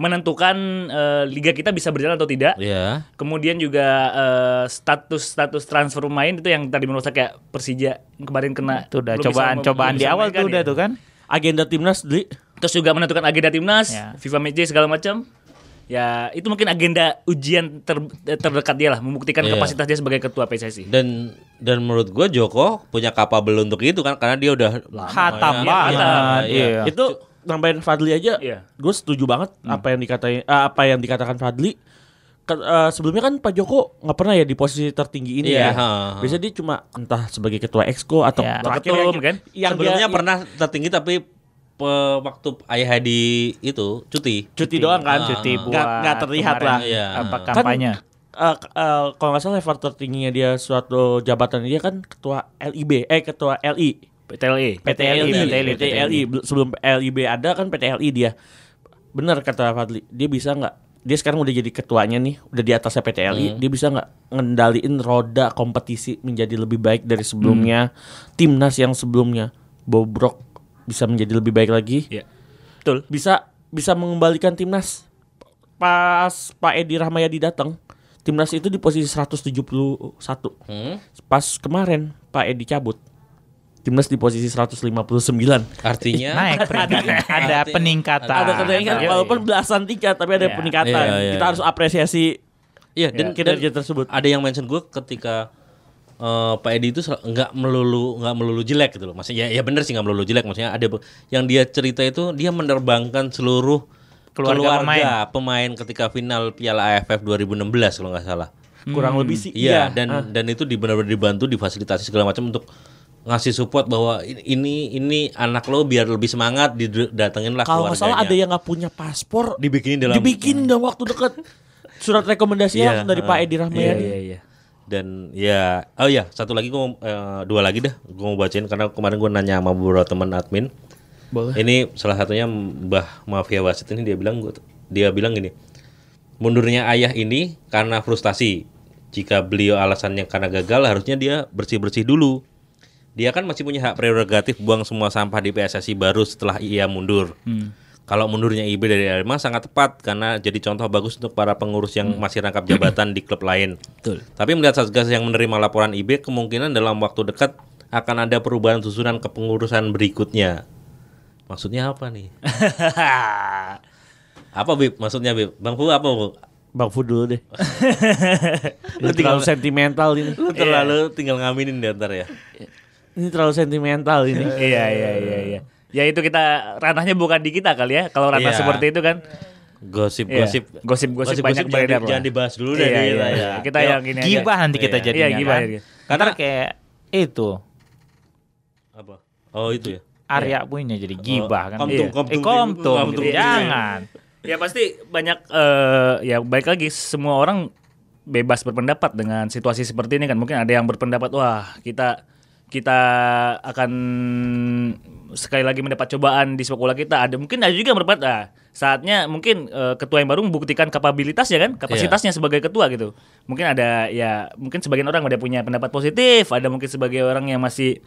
[SPEAKER 4] menentukan eh, liga kita bisa berjalan atau tidak.
[SPEAKER 1] Iya.
[SPEAKER 4] Kemudian juga eh, status-status transfer pemain itu yang tadi menurut saya kayak Persija yang kemarin kena
[SPEAKER 3] Nah, Itu
[SPEAKER 4] belum
[SPEAKER 3] udah
[SPEAKER 4] bisa mem-
[SPEAKER 3] cobaan-cobaan
[SPEAKER 4] belum
[SPEAKER 3] di
[SPEAKER 4] bisa
[SPEAKER 3] awal
[SPEAKER 4] memainkan
[SPEAKER 3] tuh udah
[SPEAKER 4] ya.
[SPEAKER 3] tuh kan.
[SPEAKER 2] Agenda timnas Dli.
[SPEAKER 4] Terus juga menentukan agenda timnas,
[SPEAKER 3] Ya.
[SPEAKER 4] FIFA Matchday segala macam. Ya, itu mungkin agenda ujian ter- terdekat dia lah membuktikan
[SPEAKER 1] Iya.
[SPEAKER 4] kapasitas dia sebagai ketua PSSI.
[SPEAKER 1] Dan dan menurut gua Joko punya kapabel untuk itu kan karena dia udah Iya,
[SPEAKER 3] Hatam banget.
[SPEAKER 1] iya.
[SPEAKER 3] Iya.
[SPEAKER 2] Itu nambahin Fadli aja.
[SPEAKER 4] Iya.
[SPEAKER 2] Gue setuju banget apa yang dikatain eh, apa yang dikatakan Fadli. Ke- eh, sebelumnya kan Pak Joko nggak pernah ya di posisi tertinggi ini
[SPEAKER 1] Iya, ha,
[SPEAKER 2] ya.
[SPEAKER 1] ha.
[SPEAKER 2] Biasanya dia cuma entah sebagai ketua exco atau
[SPEAKER 3] Iya.
[SPEAKER 2] terakhir
[SPEAKER 4] Ketum,
[SPEAKER 2] yang-
[SPEAKER 4] kan?
[SPEAKER 2] yang
[SPEAKER 1] Sebelumnya
[SPEAKER 2] dia-
[SPEAKER 1] pernah tertinggi tapi pe- waktu ayah Hadi itu cuti.
[SPEAKER 2] cuti
[SPEAKER 3] iya.
[SPEAKER 2] doang kan?
[SPEAKER 3] Cuti Ah.
[SPEAKER 2] Nggak-
[SPEAKER 3] buat
[SPEAKER 2] nggak terlihat
[SPEAKER 3] kemarin
[SPEAKER 2] lah.
[SPEAKER 1] Iya.
[SPEAKER 3] Apa
[SPEAKER 1] Kan-
[SPEAKER 3] kampanye?
[SPEAKER 2] Eh, k- eh, kalau nggak salah level tertingginya dia suatu jabatan dia kan ketua LIB eh ketua LI
[SPEAKER 4] PTLE.
[SPEAKER 3] PTLI, PTLI,
[SPEAKER 2] PTLI, PTLI. sebelum LIB ada kan PTLI dia benar kata Fadli dia bisa nggak dia sekarang udah jadi ketuanya nih udah di atasnya PTLI
[SPEAKER 4] Hmm.
[SPEAKER 2] dia bisa nggak ngendaliin roda kompetisi menjadi lebih baik dari sebelumnya
[SPEAKER 4] Hmm.
[SPEAKER 2] timnas yang sebelumnya bobrok bisa menjadi lebih baik lagi
[SPEAKER 4] Iya. Betul.
[SPEAKER 2] bisa bisa mengembalikan timnas pas Pak Edi Rahmayadi datang timnas itu di posisi 171
[SPEAKER 1] Hmm?
[SPEAKER 2] pas kemarin Pak Edi cabut timnas di posisi 159
[SPEAKER 1] Artinya
[SPEAKER 3] [laughs] Naik peringkat. Ada
[SPEAKER 1] Artinya-
[SPEAKER 3] peningkatan.
[SPEAKER 2] ada kenaikan
[SPEAKER 3] Iya,
[SPEAKER 2] walaupun belasan tingkat tapi ada
[SPEAKER 3] Iya.
[SPEAKER 2] peningkatan
[SPEAKER 1] Iya, iya,
[SPEAKER 2] kita
[SPEAKER 1] iya.
[SPEAKER 2] harus apresiasi
[SPEAKER 1] Iya, dan,
[SPEAKER 2] kinerja
[SPEAKER 1] dan
[SPEAKER 2] tersebut
[SPEAKER 1] ada yang mention gue ketika eh, Pak Edi itu sel- nggak melulu nggak melulu jelek gitu loh. Maksudnya ya, ya bener sih nggak melulu jelek. Maksudnya ada be- yang dia cerita itu dia menerbangkan seluruh
[SPEAKER 3] Keluarga
[SPEAKER 1] keluarga, pemain. ketika final Piala AFF 2016 kalau nggak salah.
[SPEAKER 2] kurang lebih sih
[SPEAKER 1] Iya, dan
[SPEAKER 2] ah.
[SPEAKER 1] dan itu di- benar-benar dibantu difasilitasi segala macam untuk ngasih support bahwa ini- ini ini anak lo biar lebih semangat didatengin lah
[SPEAKER 2] kalau nggak salah ada
[SPEAKER 1] keluarganya.
[SPEAKER 2] yang nggak punya paspor
[SPEAKER 1] dibikinin dalam
[SPEAKER 2] dibikin dalam waktu dekat surat rekomendasi
[SPEAKER 1] Iya,
[SPEAKER 2] ya, langsung dari Pak Edi
[SPEAKER 4] Iya,
[SPEAKER 2] Rahmayadi
[SPEAKER 4] iya, iya.
[SPEAKER 1] dan ya oh ya satu lagi gua mau- eh, dua lagi dah gue mau bacain karena kemarin gue nanya sama beberapa teman admin
[SPEAKER 2] Boleh.
[SPEAKER 1] ini salah satunya Mbah Mafia Wasit ini dia bilang gua, dia bilang gini mundurnya ayah ini karena frustasi jika beliau alasannya karena gagal harusnya dia bersih bersih dulu dia kan masih punya hak prerogatif buang semua sampah di PSSI baru setelah ia mundur kalau mundurnya IB dari Arema sangat tepat karena jadi contoh bagus untuk para pengurus yang masih rangkap jabatan di klub lain. Betul. Tapi melihat satgas yang menerima laporan IB kemungkinan dalam waktu dekat akan ada perubahan susunan kepengurusan berikutnya. Maksudnya apa nih? apa Bib? Maksudnya Bib? Bang Fu apa Bu?
[SPEAKER 2] Bang Fu dulu deh. Ini terlalu sentimental ini. Iya,
[SPEAKER 1] Lu terlalu
[SPEAKER 4] Iya.
[SPEAKER 1] tinggal ngaminin di antar ya.
[SPEAKER 2] Ini terlalu sentimental ini.
[SPEAKER 4] Iya, iya, iya, iya. Ya itu kita ranahnya bukan di kita kali ya. Kalau ranah
[SPEAKER 1] Iya.
[SPEAKER 4] seperti itu kan
[SPEAKER 1] Gosip-gosip.
[SPEAKER 4] Iya. Gosip-gosip banyak
[SPEAKER 1] jangan,
[SPEAKER 4] beredar
[SPEAKER 1] di-
[SPEAKER 4] lah.
[SPEAKER 1] jangan dibahas dulu deh
[SPEAKER 4] Iya,
[SPEAKER 1] kita
[SPEAKER 4] iya,
[SPEAKER 1] ya.
[SPEAKER 4] iya. Kita
[SPEAKER 3] Yo,
[SPEAKER 4] yang ini aja.
[SPEAKER 3] Gibah nanti kita
[SPEAKER 4] Iya,
[SPEAKER 3] jadinya
[SPEAKER 4] gibah,
[SPEAKER 3] kan.
[SPEAKER 4] iya.
[SPEAKER 3] Karena kayak itu
[SPEAKER 1] Apa? Oh itu ya.
[SPEAKER 3] Arya punya jadi gibah kan.
[SPEAKER 1] Komtung,
[SPEAKER 3] Iya.
[SPEAKER 1] komtung,
[SPEAKER 3] eh, komtung,
[SPEAKER 1] komtung.
[SPEAKER 3] gitu. jangan.
[SPEAKER 4] Ya pasti banyak eh, ya baik lagi semua orang bebas berpendapat dengan situasi seperti ini kan. Mungkin ada yang berpendapat wah kita kita akan sekali lagi mendapat cobaan di sepak bola kita. Ada mungkin ada juga yang berpendapat ah, saatnya mungkin eh, ketua yang baru membuktikan kapabilitasnya kan, kapasitasnya sebagai ketua gitu. Mungkin ada ya mungkin sebagian orang ada punya pendapat positif, ada mungkin sebagai orang yang masih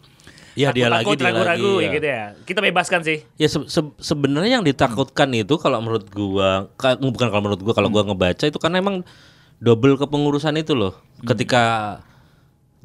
[SPEAKER 1] Iya, dia lagi,
[SPEAKER 4] takut-takut,
[SPEAKER 1] dia lagi,
[SPEAKER 4] ragu-ragu ya
[SPEAKER 1] iya.
[SPEAKER 4] gitu ya. Kita bebaskan sih.
[SPEAKER 1] Ya se- se- sebenarnya yang ditakutkan itu kalau menurut gua ka- bukan kalau menurut gua kalau gua
[SPEAKER 4] Hmm.
[SPEAKER 1] ngebaca itu karena emang double kepengurusan itu loh.
[SPEAKER 4] Hmm.
[SPEAKER 1] Ketika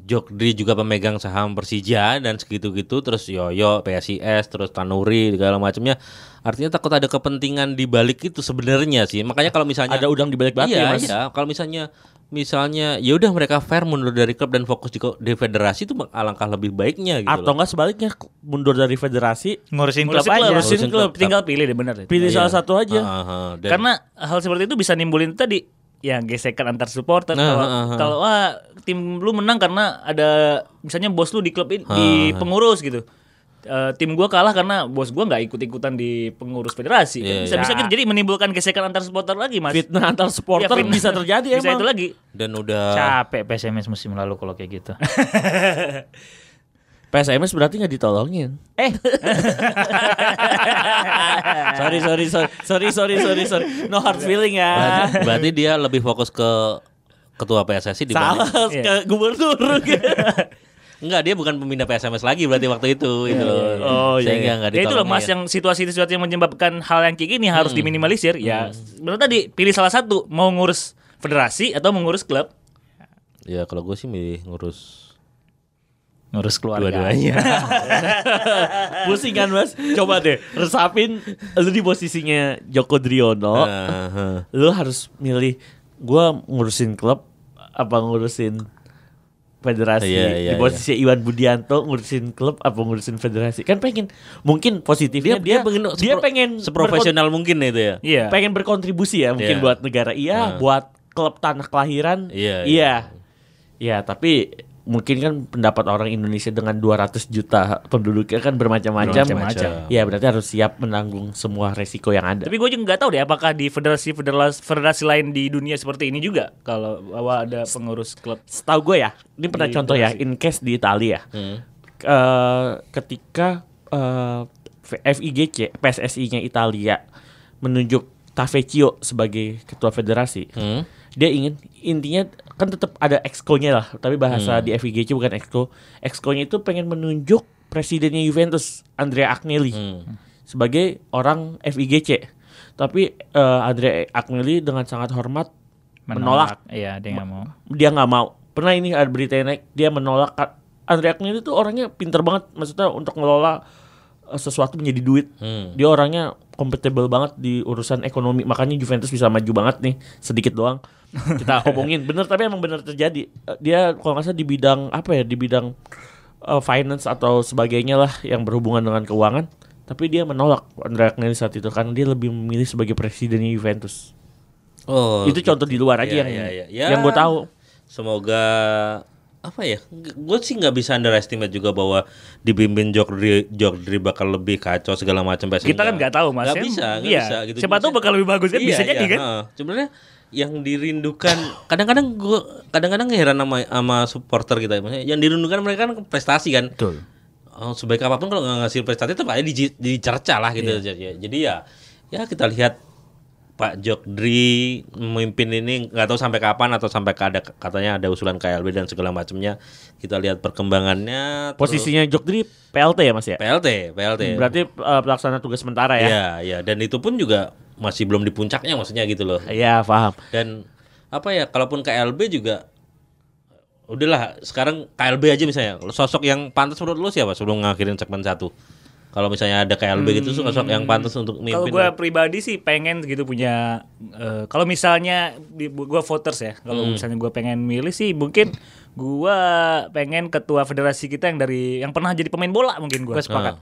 [SPEAKER 1] Jokdri juga pemegang saham Persija dan segitu-gitu terus Yoyo, PSIS, terus Tanuri segala macamnya. Artinya takut ada kepentingan di balik itu sebenarnya sih. Makanya kalau misalnya
[SPEAKER 2] Ada udang di balik batu
[SPEAKER 1] iya,
[SPEAKER 2] ya, Mas.
[SPEAKER 1] Iya, kalau misalnya misalnya ya udah mereka fair mundur dari klub dan fokus di, ko- di federasi itu alangkah lebih baiknya gitu.
[SPEAKER 2] Atau
[SPEAKER 1] loh.
[SPEAKER 2] enggak sebaliknya mundur dari federasi,
[SPEAKER 3] Ngurusin
[SPEAKER 4] Ngurusin
[SPEAKER 3] klub aja.
[SPEAKER 4] klub,
[SPEAKER 2] Ngurusin
[SPEAKER 4] ngurusin klub.
[SPEAKER 2] klub.
[SPEAKER 4] Tinggal pilih deh bener.
[SPEAKER 2] pilih salah satu aja.
[SPEAKER 1] Ah, ah, ah. Dan-
[SPEAKER 4] iya. Karena hal seperti itu bisa nimbulin tadi ya gesekan antar supporter
[SPEAKER 1] Nah,
[SPEAKER 4] kalau
[SPEAKER 1] ah, ah, ah.
[SPEAKER 4] kalau wah tim lu menang karena ada misalnya bos lu di klub ini di pengurus gitu. eh, tim gua kalah karena bos gua nggak ikut-ikutan di pengurus federasi.
[SPEAKER 1] Iya,
[SPEAKER 4] bisa bisa
[SPEAKER 2] iya.
[SPEAKER 4] gitu. Jadi menimbulkan gesekan antar supporter lagi, Mas.
[SPEAKER 2] Fitnah antar supporter
[SPEAKER 1] Iya,
[SPEAKER 4] Ya, fitnah.
[SPEAKER 2] bisa terjadi
[SPEAKER 4] [laughs] bisa
[SPEAKER 2] emang.
[SPEAKER 4] itu lagi.
[SPEAKER 1] Dan udah
[SPEAKER 3] Capek PSMS musim lalu kalau kayak gitu.
[SPEAKER 2] PSMS berarti nggak ditolongin. Eh. sorry sorry sorry sorry sorry sorry sorry. No
[SPEAKER 1] Iya.
[SPEAKER 2] hard feeling
[SPEAKER 1] berarti,
[SPEAKER 4] Ah.
[SPEAKER 2] ya.
[SPEAKER 1] berarti dia lebih fokus ke ketua PSSI
[SPEAKER 2] Salah
[SPEAKER 1] dibanding
[SPEAKER 2] ke
[SPEAKER 1] [laughs]
[SPEAKER 2] gubernur.
[SPEAKER 1] Enggak, dia bukan pemindah PSMS lagi berarti waktu itu
[SPEAKER 4] Iya,
[SPEAKER 1] gitu loh. Sehingga enggak
[SPEAKER 4] Ya itu loh Mas
[SPEAKER 1] ditolongin.
[SPEAKER 4] yang situasi-situasi yang menyebabkan hal yang kayak gini
[SPEAKER 1] Hmm.
[SPEAKER 4] harus diminimalisir. Ya, menurut tadi pilih salah satu mau ngurus federasi atau mengurus klub.
[SPEAKER 1] Ya
[SPEAKER 2] Iya,
[SPEAKER 1] kalau gue sih milih ngurus
[SPEAKER 3] Ngurus keluarga.
[SPEAKER 1] dua-duanya.
[SPEAKER 2] Pusingan kan, mas. Coba deh resapin lu di posisinya Joko Driono.
[SPEAKER 1] Iya. Heeh.
[SPEAKER 2] lu harus milih gua ngurusin klub apa ngurusin federasi
[SPEAKER 1] Iya, iya,
[SPEAKER 2] di posisi Iwan Budianto ngurusin klub apa ngurusin federasi kan pengen mungkin positifnya dia dia,
[SPEAKER 1] pengen sepro-
[SPEAKER 2] pengen
[SPEAKER 1] seprofesional mungkin itu ya.
[SPEAKER 2] berkon-
[SPEAKER 4] Oh. Iya.
[SPEAKER 2] pengen berkontribusi ya mungkin
[SPEAKER 1] Iya.
[SPEAKER 2] buat negara iya
[SPEAKER 1] Nah.
[SPEAKER 2] buat klub tanah kelahiran
[SPEAKER 1] Iya,
[SPEAKER 2] iya Iya, tapi mungkin kan pendapat orang Indonesia dengan 200 juta penduduknya kan bermacam-macam
[SPEAKER 1] Bermacam-macam.
[SPEAKER 2] ya berarti harus siap menanggung semua resiko yang ada
[SPEAKER 4] Tapi gue juga nggak tahu deh apakah di federasi federasi federasi lain di dunia seperti ini juga kalau bahwa ada pengurus klub.
[SPEAKER 2] setahu gue ya ini pernah
[SPEAKER 4] Di
[SPEAKER 2] contoh ya
[SPEAKER 4] Brazil.
[SPEAKER 2] in case di Italia ya
[SPEAKER 1] Iya, Hmm.
[SPEAKER 2] Eh, ketika eh, F- FIGC PSSI-nya Italia menunjuk Tavecchio sebagai ketua federasi
[SPEAKER 1] Hmm.
[SPEAKER 2] dia ingin intinya kan tetap ada exco-nya lah tapi bahasa
[SPEAKER 1] Hmm.
[SPEAKER 2] di FIGC bukan exco exco-nya itu pengen menunjuk presidennya Juventus Andrea Agnelli
[SPEAKER 1] Hmm.
[SPEAKER 2] sebagai orang FIGC tapi eh, Andrea Agnelli dengan sangat hormat menolak
[SPEAKER 3] Iya, dia nggak mau.
[SPEAKER 2] dia nggak mau pernah ini ada berita yang naik dia menolak Ka- Andre Agnelli itu orangnya pinter banget maksudnya untuk ngelola eh, sesuatu menjadi duit
[SPEAKER 1] Hmm.
[SPEAKER 2] dia orangnya compatible banget di urusan ekonomi makanya Juventus bisa maju banget nih sedikit doang kita omongin bener tapi emang bener terjadi Eh, dia kalau nggak salah di bidang apa ya di bidang eh, finance atau sebagainya lah yang berhubungan dengan keuangan tapi dia menolak Andre Agnelli saat itu karena dia lebih memilih sebagai presidennya Juventus
[SPEAKER 1] Oh.
[SPEAKER 2] itu contoh di luar aja
[SPEAKER 1] Iya,
[SPEAKER 2] yang
[SPEAKER 1] iya, iya. Ya.
[SPEAKER 2] yang gue tahu
[SPEAKER 1] Semoga apa ya? Gue sih nggak bisa underestimate juga bahwa dibimbing Jokdri Jokdri bakal lebih kacau segala macam pasti
[SPEAKER 4] Kita kan nggak tahu, Mas,
[SPEAKER 1] Nggak
[SPEAKER 4] ya.
[SPEAKER 1] bisa, nggak
[SPEAKER 4] Iya.
[SPEAKER 1] bisa gitu. Iya,
[SPEAKER 4] Siapa tahu bakal lebih bagus, kan? Bisa jadi, kan?
[SPEAKER 1] heeh. Sebenarnya yang dirindukan [sighs] kadang-kadang gue kadang-kadang heran sama sama supporter kita ya. maksudnya yang dirindukan mereka kan prestasi kan
[SPEAKER 3] Betul.
[SPEAKER 1] Oh, sebaik apapun kalau nggak ngasih prestasi tetap aja diji- dicerca lah gitu Ya, jadi ya ya kita lihat Pak Jokdri memimpin ini nggak tahu sampai kapan atau sampai ke- ada katanya ada usulan KLB dan segala macamnya kita lihat perkembangannya terus-
[SPEAKER 2] Posisinya Jokdri PLT ya Mas ya?
[SPEAKER 1] PLT PLT
[SPEAKER 2] Berarti uh, pelaksana tugas sementara ya?
[SPEAKER 1] ya ya dan itu pun juga masih belum di puncaknya maksudnya gitu loh
[SPEAKER 2] Iya, paham.
[SPEAKER 1] dan apa ya kalaupun KLB juga udahlah sekarang KLB aja misalnya sosok yang pantas menurut lu siapa sebelum ngakhirin segmen satu kalau misalnya ada KLB gitu sosok yang pantas untuk mimpin
[SPEAKER 4] Kalau gue pribadi sih pengen gitu punya eh, kalau misalnya di gue voters ya kalau
[SPEAKER 1] Hmm.
[SPEAKER 4] misalnya gue pengen milih sih mungkin gue pengen ketua federasi kita yang dari yang pernah jadi pemain bola mungkin gue
[SPEAKER 3] Gue
[SPEAKER 1] Ah,
[SPEAKER 3] sepakat.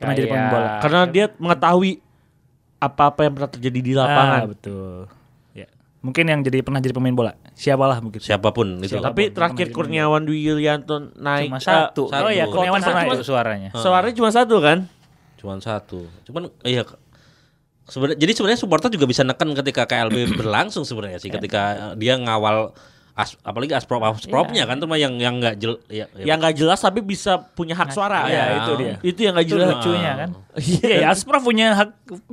[SPEAKER 4] pernah jadi pemain bola
[SPEAKER 2] Karena dia mengetahui apa-apa yang pernah terjadi di lapangan.
[SPEAKER 4] Ah, betul ya mungkin yang jadi pernah jadi pemain bola siapalah mungkin
[SPEAKER 1] siapapun gitu kan, itu
[SPEAKER 2] Tapi terakhir Kurniawan Dwi Yulianto naik
[SPEAKER 3] Cuma satu.
[SPEAKER 1] satu. Oh iya,
[SPEAKER 4] Kurniawan
[SPEAKER 3] Satu
[SPEAKER 4] pernah ya?
[SPEAKER 3] suaranya.
[SPEAKER 2] eh, suaranya cuma satu kan?
[SPEAKER 1] cuman satu cuman iya sebenarnya jadi sebenarnya supporter juga bisa neken ketika KLB berlangsung sebenarnya sih ketika eh, dia ngawal as- apalagi asprop aspropnya kan cuma yang yang nggak jel ya, ya.
[SPEAKER 2] Yang nggak jelas tapi bisa punya hak suara.
[SPEAKER 1] Iya, itu
[SPEAKER 4] dia.
[SPEAKER 2] Itu yang nggak
[SPEAKER 3] Itu
[SPEAKER 2] jelas.
[SPEAKER 3] lucunya kan.
[SPEAKER 4] Iya, ya, Asprov punya hak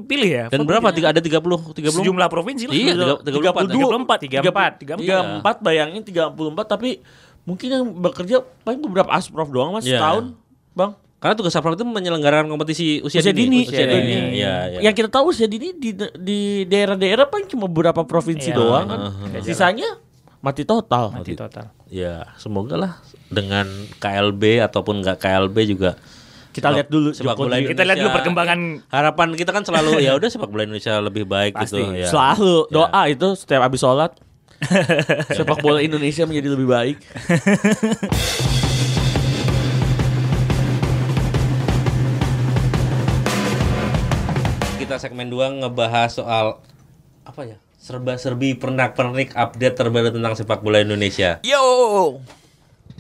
[SPEAKER 4] pilih ya.
[SPEAKER 1] dan berapa tiga ada 30 30
[SPEAKER 4] Sejumlah provinsi lah.
[SPEAKER 1] Iya, tiga- 34, ya?
[SPEAKER 2] 34,
[SPEAKER 4] 34, 34,
[SPEAKER 2] 34 bayangin 34 tapi mungkin yang bekerja paling beberapa asprof doang Mas
[SPEAKER 1] Iya.
[SPEAKER 2] setahun. Bang,
[SPEAKER 1] Karena tugas Saprol itu menyelenggarakan kompetisi usia,
[SPEAKER 2] usia dini,
[SPEAKER 1] Usia
[SPEAKER 2] Usia
[SPEAKER 1] dini.
[SPEAKER 2] dini.
[SPEAKER 1] Iya, iya.
[SPEAKER 2] yang kita tahu usia dini di di daerah-daerah paling cuma beberapa provinsi
[SPEAKER 3] Iya.
[SPEAKER 2] doang kan
[SPEAKER 3] Iya.
[SPEAKER 2] sisanya mati total
[SPEAKER 3] Mati total.
[SPEAKER 1] Ya, semoga lah dengan KLB ataupun nggak KLB juga
[SPEAKER 2] kita lihat dulu
[SPEAKER 1] sepak
[SPEAKER 2] Joko
[SPEAKER 1] bola
[SPEAKER 2] Driono.
[SPEAKER 4] Kita lihat dulu
[SPEAKER 1] Indonesia-
[SPEAKER 4] perkembangan.
[SPEAKER 1] Harapan kita kan selalu ya udah sepak bola Indonesia lebih baik gitu ya.
[SPEAKER 2] selalu doa itu setiap habis
[SPEAKER 1] [laughs]
[SPEAKER 2] sholat sepak bola Indonesia menjadi lebih baik
[SPEAKER 1] Kita segmen 2 ngebahas soal apa ya? Serba-serbi pernak-pernik update terbaru tentang sepak bola Indonesia.
[SPEAKER 2] yo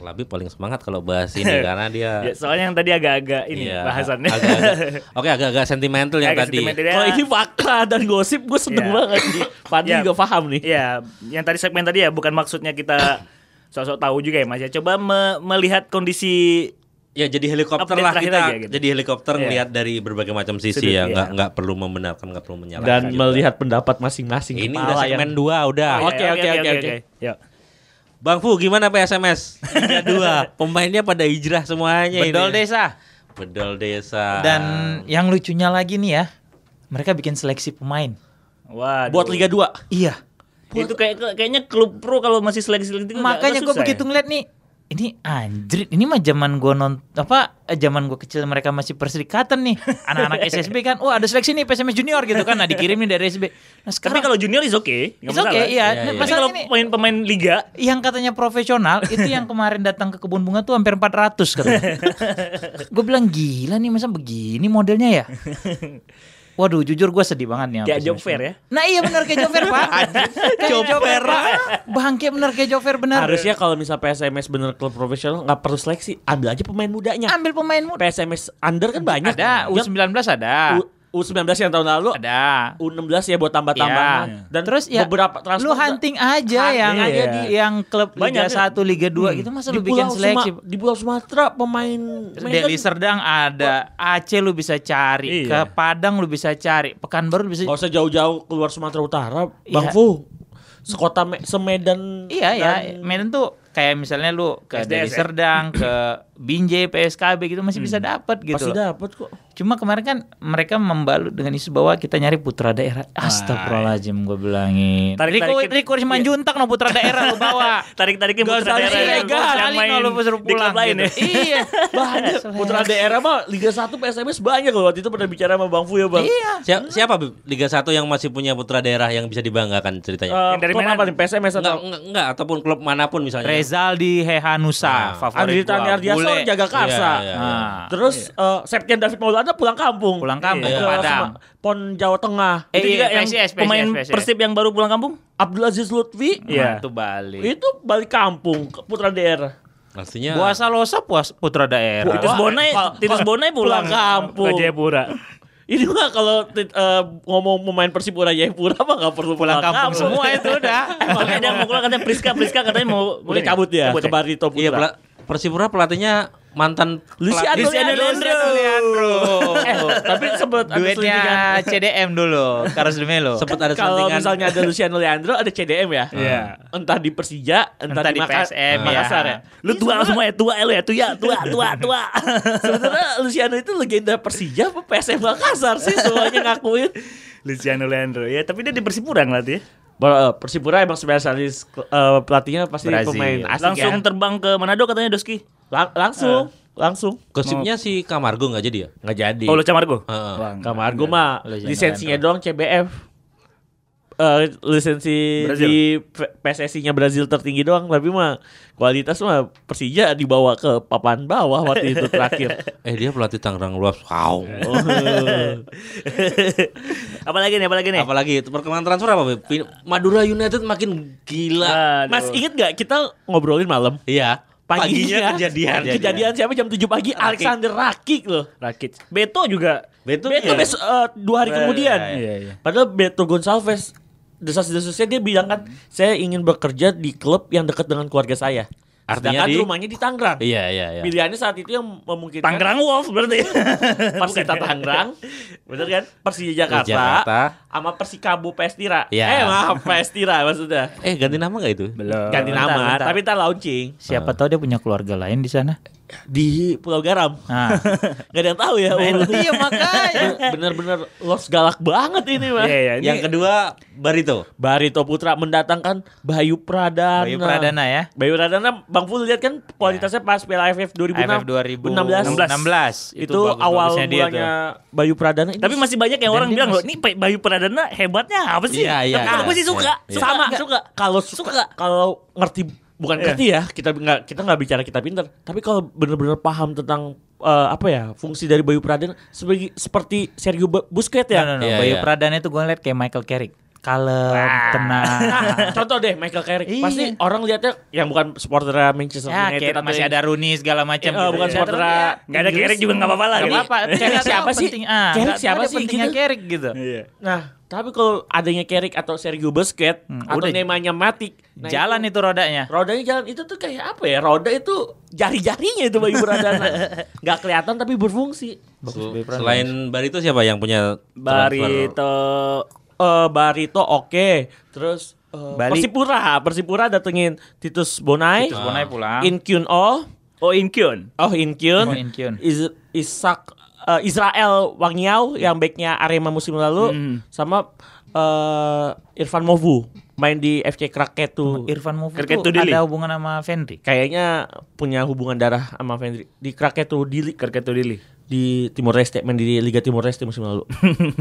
[SPEAKER 1] Labib paling semangat kalau bahas ini karena dia
[SPEAKER 4] Ya, soalnya yang tadi agak-agak ini
[SPEAKER 1] Iya,
[SPEAKER 4] bahasannya. [laughs]
[SPEAKER 1] agak-agag- Oke, agak-agak sentimental yang
[SPEAKER 4] Agak
[SPEAKER 1] tadi.
[SPEAKER 4] sentimental.
[SPEAKER 2] Kalau ini fakta dan gosip gue seneng
[SPEAKER 4] Iya.
[SPEAKER 2] banget nih. Fadli
[SPEAKER 4] Iya.
[SPEAKER 2] juga paham nih.
[SPEAKER 4] Iya, yang tadi segmen tadi ya bukan maksudnya kita sosok tahu juga ya Mas ya. Coba me- melihat kondisi
[SPEAKER 1] Ya jadi helikopter
[SPEAKER 4] Update
[SPEAKER 1] lah
[SPEAKER 4] terakhir
[SPEAKER 1] kita.
[SPEAKER 4] aja gitu.
[SPEAKER 1] Jadi helikopter
[SPEAKER 4] Iya.
[SPEAKER 1] ngelihat dari berbagai macam sisi
[SPEAKER 4] Sudut,
[SPEAKER 1] ya,
[SPEAKER 4] iya.
[SPEAKER 1] nggak nggak perlu membenarkan, nggak perlu menyalahkan.
[SPEAKER 2] Dan
[SPEAKER 1] gitu.
[SPEAKER 2] melihat pendapat masing-masing.
[SPEAKER 1] ini udah
[SPEAKER 2] kepala yang-
[SPEAKER 1] segmen 2 udah.
[SPEAKER 2] Oh, iya. oke, oke, oke, oke.
[SPEAKER 4] Yuk.
[SPEAKER 1] Bang Fu, gimana PSMS? Liga 2. [laughs] Pemainnya pada hijrah semuanya
[SPEAKER 3] Bedol
[SPEAKER 1] ini.
[SPEAKER 3] desa.
[SPEAKER 1] Bedol desa.
[SPEAKER 3] Dan yang lucunya lagi nih ya, mereka bikin seleksi pemain.
[SPEAKER 4] Waduh.
[SPEAKER 2] buat Liga 2.
[SPEAKER 3] Iya.
[SPEAKER 4] itu kayak kayaknya klub pro kalau masih seleksi seleksi
[SPEAKER 3] Makanya gue
[SPEAKER 4] ya.
[SPEAKER 3] begitu ngeliat nih, ini anjrit, ini mah zaman gue non apa eh, zaman gue kecil mereka masih perserikatan [laughs] nih anak-anak SSB kan wah ada seleksi nih PSMS junior gitu kan nah dikirim nih dari SSB
[SPEAKER 4] Tapi
[SPEAKER 3] nah sekarang
[SPEAKER 4] kalau junior is okay, nggak
[SPEAKER 3] It's okay, iya.
[SPEAKER 1] Iya,
[SPEAKER 3] Nah,
[SPEAKER 1] iya.
[SPEAKER 4] Tapi kalau
[SPEAKER 3] Masalah ini
[SPEAKER 4] pemain-pemain liga
[SPEAKER 3] yang katanya profesional itu yang kemarin datang ke kebun bunga tuh hampir 400 katanya. gue bilang gila nih masa begini modelnya ya. Waduh jujur gue sedih banget nih.
[SPEAKER 4] kayak
[SPEAKER 3] apa sih,
[SPEAKER 4] job
[SPEAKER 3] Mas.
[SPEAKER 4] fair ya.
[SPEAKER 3] Nah iya benar kayak Jover pak. kayak Jover pak. Bangke benar kayak Jover benar.
[SPEAKER 2] Harusnya kalau misal PSMS bener klub profesional nggak perlu seleksi, ambil aja pemain mudanya.
[SPEAKER 3] ambil pemain muda.
[SPEAKER 2] PSMS under kan banyak.
[SPEAKER 3] Ada
[SPEAKER 2] Yang-
[SPEAKER 3] U19 ada.
[SPEAKER 2] U- U19 yang tahun lalu
[SPEAKER 3] ada.
[SPEAKER 2] U16 ya buat tambah-tambahan.
[SPEAKER 3] Iya.
[SPEAKER 2] Dan
[SPEAKER 3] Terus ya
[SPEAKER 2] beberapa transfer
[SPEAKER 3] lu hunting aja
[SPEAKER 2] Hunting
[SPEAKER 3] yang
[SPEAKER 2] aja
[SPEAKER 3] di
[SPEAKER 2] di-
[SPEAKER 3] yang klub
[SPEAKER 4] Banyak
[SPEAKER 3] Liga
[SPEAKER 4] ya.
[SPEAKER 3] 1, Liga 2 gitu masa
[SPEAKER 2] di
[SPEAKER 3] lu bikin
[SPEAKER 2] Pulau
[SPEAKER 3] seleksi.
[SPEAKER 2] Suma- di Pulau Sumatera pemain mainnya
[SPEAKER 3] Deli Serdang ada, Aceh lu bisa cari,
[SPEAKER 4] Iya.
[SPEAKER 3] ke Padang lu bisa cari, Pekanbaru lu bisa.
[SPEAKER 2] Gak usah jauh-jauh keluar Sumatera Utara, Bang
[SPEAKER 3] Iya.
[SPEAKER 2] Fu. Sekota Me- semedan.
[SPEAKER 3] Iya ya,
[SPEAKER 2] dan-
[SPEAKER 3] Medan tuh kayak misalnya lu ke
[SPEAKER 4] SDS,
[SPEAKER 3] Deli
[SPEAKER 4] ya? [clears throat] Hmm.
[SPEAKER 3] Serdang, ke Binjai, PSKB gitu masih bisa dapat gitu.
[SPEAKER 2] Pasti
[SPEAKER 3] loh.
[SPEAKER 2] dapat kok.
[SPEAKER 3] Cuma kemarin kan mereka membalut dengan isu bahwa kita nyari putra daerah. Astagfirullahaladzim gue bilangin.
[SPEAKER 4] Tarik-
[SPEAKER 3] Riko,
[SPEAKER 4] tarikin. Iya.
[SPEAKER 3] Riko Simanjuntak no putra daerah lu
[SPEAKER 4] [laughs]
[SPEAKER 3] bawa.
[SPEAKER 4] Tarik-tarikin
[SPEAKER 3] Gak usah ilegal kali no lu suruh
[SPEAKER 4] di klub
[SPEAKER 3] pulang
[SPEAKER 4] lain
[SPEAKER 3] gitu.
[SPEAKER 4] ya.
[SPEAKER 3] Iya.
[SPEAKER 4] [laughs]
[SPEAKER 2] Banyak putra daerah mah Liga 1 PSMS banyak loh waktu itu pernah bicara sama Bang Fu ya, Bang.
[SPEAKER 3] Iya.
[SPEAKER 1] Si- siapa Bib? Liga 1 yang masih punya putra daerah yang bisa dibanggakan ceritanya?
[SPEAKER 2] Eh,
[SPEAKER 4] Yang dari
[SPEAKER 2] klub
[SPEAKER 4] mana?
[SPEAKER 2] apa nih PSMS
[SPEAKER 1] enggak,
[SPEAKER 2] atau
[SPEAKER 1] enggak, enggak, ataupun klub manapun misalnya. Iya,
[SPEAKER 3] Rezaldi Hehanusa
[SPEAKER 1] Nah,
[SPEAKER 2] Andri
[SPEAKER 3] favorit
[SPEAKER 2] Tani
[SPEAKER 3] gua.
[SPEAKER 2] Ardiasor
[SPEAKER 3] Bule.
[SPEAKER 2] jaga karsa.
[SPEAKER 1] Iya, iya,
[SPEAKER 3] iya.
[SPEAKER 2] Terus eh, Septian David Maulana pulang kampung.
[SPEAKER 3] Pulang kampung,
[SPEAKER 2] Ke
[SPEAKER 3] ke Padang.
[SPEAKER 2] Sema- Pon Jawa Tengah.
[SPEAKER 3] Eh,
[SPEAKER 4] Itu juga
[SPEAKER 3] iya,
[SPEAKER 4] yang
[SPEAKER 3] PSIS,
[SPEAKER 4] pemain
[SPEAKER 3] PSIS.
[SPEAKER 4] Persib yang baru pulang kampung.
[SPEAKER 2] Abdul Aziz Lutfi
[SPEAKER 4] Iya.
[SPEAKER 3] Itu Bali.
[SPEAKER 2] itu balik kampung ke putra daerah.
[SPEAKER 1] Artinya
[SPEAKER 3] Puasa losa puas putra daerah.
[SPEAKER 4] Titus
[SPEAKER 2] Wah,
[SPEAKER 4] Bonai,
[SPEAKER 2] Pak-
[SPEAKER 4] Titus
[SPEAKER 2] Pak-
[SPEAKER 4] Bonai pulang
[SPEAKER 2] pulang kampung.
[SPEAKER 4] ke Jayapura.
[SPEAKER 2] Ini mah kalau tit- eh, ngomong pemain Persipura Jayapura mah nggak perlu pulang,
[SPEAKER 3] kampung semua itu
[SPEAKER 2] [laughs]
[SPEAKER 3] udah.
[SPEAKER 4] Makanya dia mau keluar katanya Priska, Priska katanya mau
[SPEAKER 2] Udah cabut ya ke Barito Putra.
[SPEAKER 1] iya pela- Persipura pelatihnya mantan
[SPEAKER 2] Luciano
[SPEAKER 1] pelatih-
[SPEAKER 2] Leandro. Eh, tapi sempat ada selingan.
[SPEAKER 3] Duitnya CDM dulu, Carlos de Melo.
[SPEAKER 1] sempat ada
[SPEAKER 2] Kalau
[SPEAKER 1] selentingan.
[SPEAKER 2] misalnya ada Luciano Leandro ada CDM ya.
[SPEAKER 4] Iya.
[SPEAKER 2] Entah di Persija, entah,
[SPEAKER 3] Entah
[SPEAKER 2] di,
[SPEAKER 3] di
[SPEAKER 2] Maka-
[SPEAKER 3] PSM, ya.
[SPEAKER 2] Makassar ya.
[SPEAKER 4] Lu tua semua ya, tua ya lu ya, tua,
[SPEAKER 2] [laughs]
[SPEAKER 4] tua, tua, tua.
[SPEAKER 2] Sebenarnya Luciano itu legenda Persija apa PSM Makassar sih semuanya ngakuin.
[SPEAKER 4] Luciano Leandro. Ya, tapi dia di Persipura ngelatih. ya.
[SPEAKER 2] Bar- eh, Persipura emang spesialis eh, pelatihnya pasti
[SPEAKER 3] Brazil.
[SPEAKER 2] pemain asing
[SPEAKER 4] Iya. Langsung
[SPEAKER 2] ya. Eh.
[SPEAKER 4] terbang ke Manado katanya Doski.
[SPEAKER 2] Lang- langsung, langsung.
[SPEAKER 1] Gosipnya si Kamargo nggak jadi ya?
[SPEAKER 2] Nggak jadi.
[SPEAKER 4] Oh, lu Camargo.
[SPEAKER 1] Heeh.
[SPEAKER 2] Kamargo mah
[SPEAKER 3] Lu jangan
[SPEAKER 2] lisensinya doang CBF. Eh, lisensi
[SPEAKER 4] Brazil.
[SPEAKER 2] di P- PSSI-nya Brazil tertinggi doang, tapi mah kualitas mah Persija dibawa ke papan bawah waktu itu terakhir.
[SPEAKER 1] Eh dia pelatih Tangerang Luas.
[SPEAKER 2] [laughs]
[SPEAKER 1] Wow.
[SPEAKER 4] Apalagi nih, apalagi nih.
[SPEAKER 1] Apalagi itu perkembangan transfer apa? Beb? Pin- Madura United makin gila.
[SPEAKER 4] Aduh.
[SPEAKER 2] Mas inget gak kita ngobrolin malam?
[SPEAKER 1] Iya. Paginya kejadian.
[SPEAKER 2] Kejadian siapa jam 7 pagi Alexander Rakik loh.
[SPEAKER 4] Rakic. Beto juga.
[SPEAKER 1] Beto,
[SPEAKER 2] Beto
[SPEAKER 1] iya.
[SPEAKER 2] besok, eh, dua hari
[SPEAKER 3] Iya,
[SPEAKER 2] kemudian.
[SPEAKER 3] iya, iya.
[SPEAKER 2] Padahal Beto Gonçalves desas-desusnya dia bilang kan saya ingin bekerja di klub yang dekat dengan keluarga saya.
[SPEAKER 1] Artinya
[SPEAKER 2] Sedangkan
[SPEAKER 1] di-
[SPEAKER 2] rumahnya di Tangerang.
[SPEAKER 1] Iya iya iya.
[SPEAKER 2] Pilihannya saat itu yang memungkinkan
[SPEAKER 4] Tangerang Wolf berarti.
[SPEAKER 2] Persita Tangerang, bener kan? Persija Jakarta,
[SPEAKER 1] Jakarta.
[SPEAKER 2] sama Persikabo PS Tira.
[SPEAKER 1] Iya.
[SPEAKER 2] Eh maaf PS Tira maksudnya.
[SPEAKER 1] Eh ganti nama nggak itu?
[SPEAKER 4] Belum.
[SPEAKER 2] Ganti
[SPEAKER 3] bentar,
[SPEAKER 2] nama,
[SPEAKER 3] bentar.
[SPEAKER 2] tapi ntar launching
[SPEAKER 3] Siapa tahu dia punya keluarga lain di sana.
[SPEAKER 2] di Pulau Garam.
[SPEAKER 3] Nah,
[SPEAKER 2] Gak ada yang tahu ya. Om.
[SPEAKER 3] iya makanya.
[SPEAKER 2] Bener-bener los galak banget ini mas.
[SPEAKER 4] Iya, iya. Ini-
[SPEAKER 1] Yang kedua Barito.
[SPEAKER 2] Barito Putra mendatangkan Bayu Pradana.
[SPEAKER 3] Bayu Pradana ya.
[SPEAKER 2] Bayu Pradana, Bang Ful lihat kan kualitasnya pas Piala AFF 2006.
[SPEAKER 3] AFF
[SPEAKER 2] 16.
[SPEAKER 3] 2016.
[SPEAKER 2] Itu, awal
[SPEAKER 3] bagus-bagusnya dia Ya.
[SPEAKER 2] mulanya Ya. Bayu Pradana. Ini
[SPEAKER 4] Tapi masih banyak yang orang
[SPEAKER 3] dia
[SPEAKER 4] bilang loh,
[SPEAKER 3] masih-
[SPEAKER 4] ini Pak Bayu Pradana hebatnya apa sih?
[SPEAKER 1] Iya, iya,
[SPEAKER 4] Tapi kalau
[SPEAKER 1] iya,
[SPEAKER 4] gue sih
[SPEAKER 1] iya,
[SPEAKER 4] suka,
[SPEAKER 1] iya.
[SPEAKER 4] suka,
[SPEAKER 2] sama
[SPEAKER 4] suka.
[SPEAKER 2] kalau suka kalau ngerti bukan
[SPEAKER 3] Iya.
[SPEAKER 2] ngerti ya kita nggak kita nggak bicara kita pinter tapi kalau bener-bener paham tentang eh, apa ya fungsi dari Bayu Pradana seperti seperti Sergio Ba- Busquets ya
[SPEAKER 3] No, no, no.
[SPEAKER 1] Iya,
[SPEAKER 3] Bayu
[SPEAKER 1] iya.
[SPEAKER 3] Pradana itu gue ngeliat kayak Michael Carrick. kalem, [laughs] tenang.
[SPEAKER 2] Nah, Contoh deh Michael Carrick.
[SPEAKER 3] Iya.
[SPEAKER 2] Pasti orang lihatnya yang bukan supporter Manchester
[SPEAKER 3] ya,
[SPEAKER 2] United
[SPEAKER 3] kayak
[SPEAKER 2] atau
[SPEAKER 3] masih
[SPEAKER 2] yang-
[SPEAKER 3] ada Rooney segala macam. gitu ya.
[SPEAKER 2] Eh, bukan supporter
[SPEAKER 4] Nggak ada kerek juga nggak apa-apa lah.
[SPEAKER 3] Gak
[SPEAKER 4] gitu.
[SPEAKER 3] apa-apa. Carrick siapa sih?
[SPEAKER 2] Carrick
[SPEAKER 3] Ah, nggak tahu
[SPEAKER 2] siapa
[SPEAKER 3] ada
[SPEAKER 2] sih
[SPEAKER 3] Pentingnya
[SPEAKER 2] gitu?
[SPEAKER 3] Carrick gitu.
[SPEAKER 4] Iya.
[SPEAKER 2] Nah, tapi kalau adanya Carrick atau Sergio Busquets
[SPEAKER 3] Hmm,
[SPEAKER 2] atau
[SPEAKER 3] udah.
[SPEAKER 2] Nemanya mati, nah
[SPEAKER 3] Jalan
[SPEAKER 2] itu-
[SPEAKER 3] itu rodanya.
[SPEAKER 2] rodanya jalan itu tuh kayak apa ya? Roda itu jari-jarinya itu Bayu
[SPEAKER 3] [laughs]
[SPEAKER 2] Pradana. Nggak kelihatan tapi berfungsi.
[SPEAKER 1] Sel- Selain Barito siapa yang punya transfer?
[SPEAKER 4] Barito
[SPEAKER 2] Eh, Barito oke, terus eh,
[SPEAKER 3] Bali.
[SPEAKER 2] Persipura, Persipura datengin Titus Bonai,
[SPEAKER 3] Terus Bonai pulang.
[SPEAKER 2] Inkyun Oh,
[SPEAKER 4] Oh Inkyun.
[SPEAKER 2] oh Inkyun,
[SPEAKER 3] Oh, Inkyun.
[SPEAKER 2] Iz- Isak eh, Israel Wangiao yang backnya Arema musim lalu
[SPEAKER 4] Hmm.
[SPEAKER 2] sama eh, Irfan Movu main di FC Kraket
[SPEAKER 4] Oh.
[SPEAKER 2] tuh.
[SPEAKER 3] Irfan Mufu
[SPEAKER 4] Cricket to
[SPEAKER 3] tuh
[SPEAKER 4] Dili.
[SPEAKER 3] ada hubungan sama Fendri.
[SPEAKER 2] Kayaknya punya hubungan darah sama Fendri di Kraket tuh di li-
[SPEAKER 4] Kerketo Dili.
[SPEAKER 2] di Timor Leste main di Liga Timor Leste musim
[SPEAKER 4] [laughs]
[SPEAKER 2] lalu.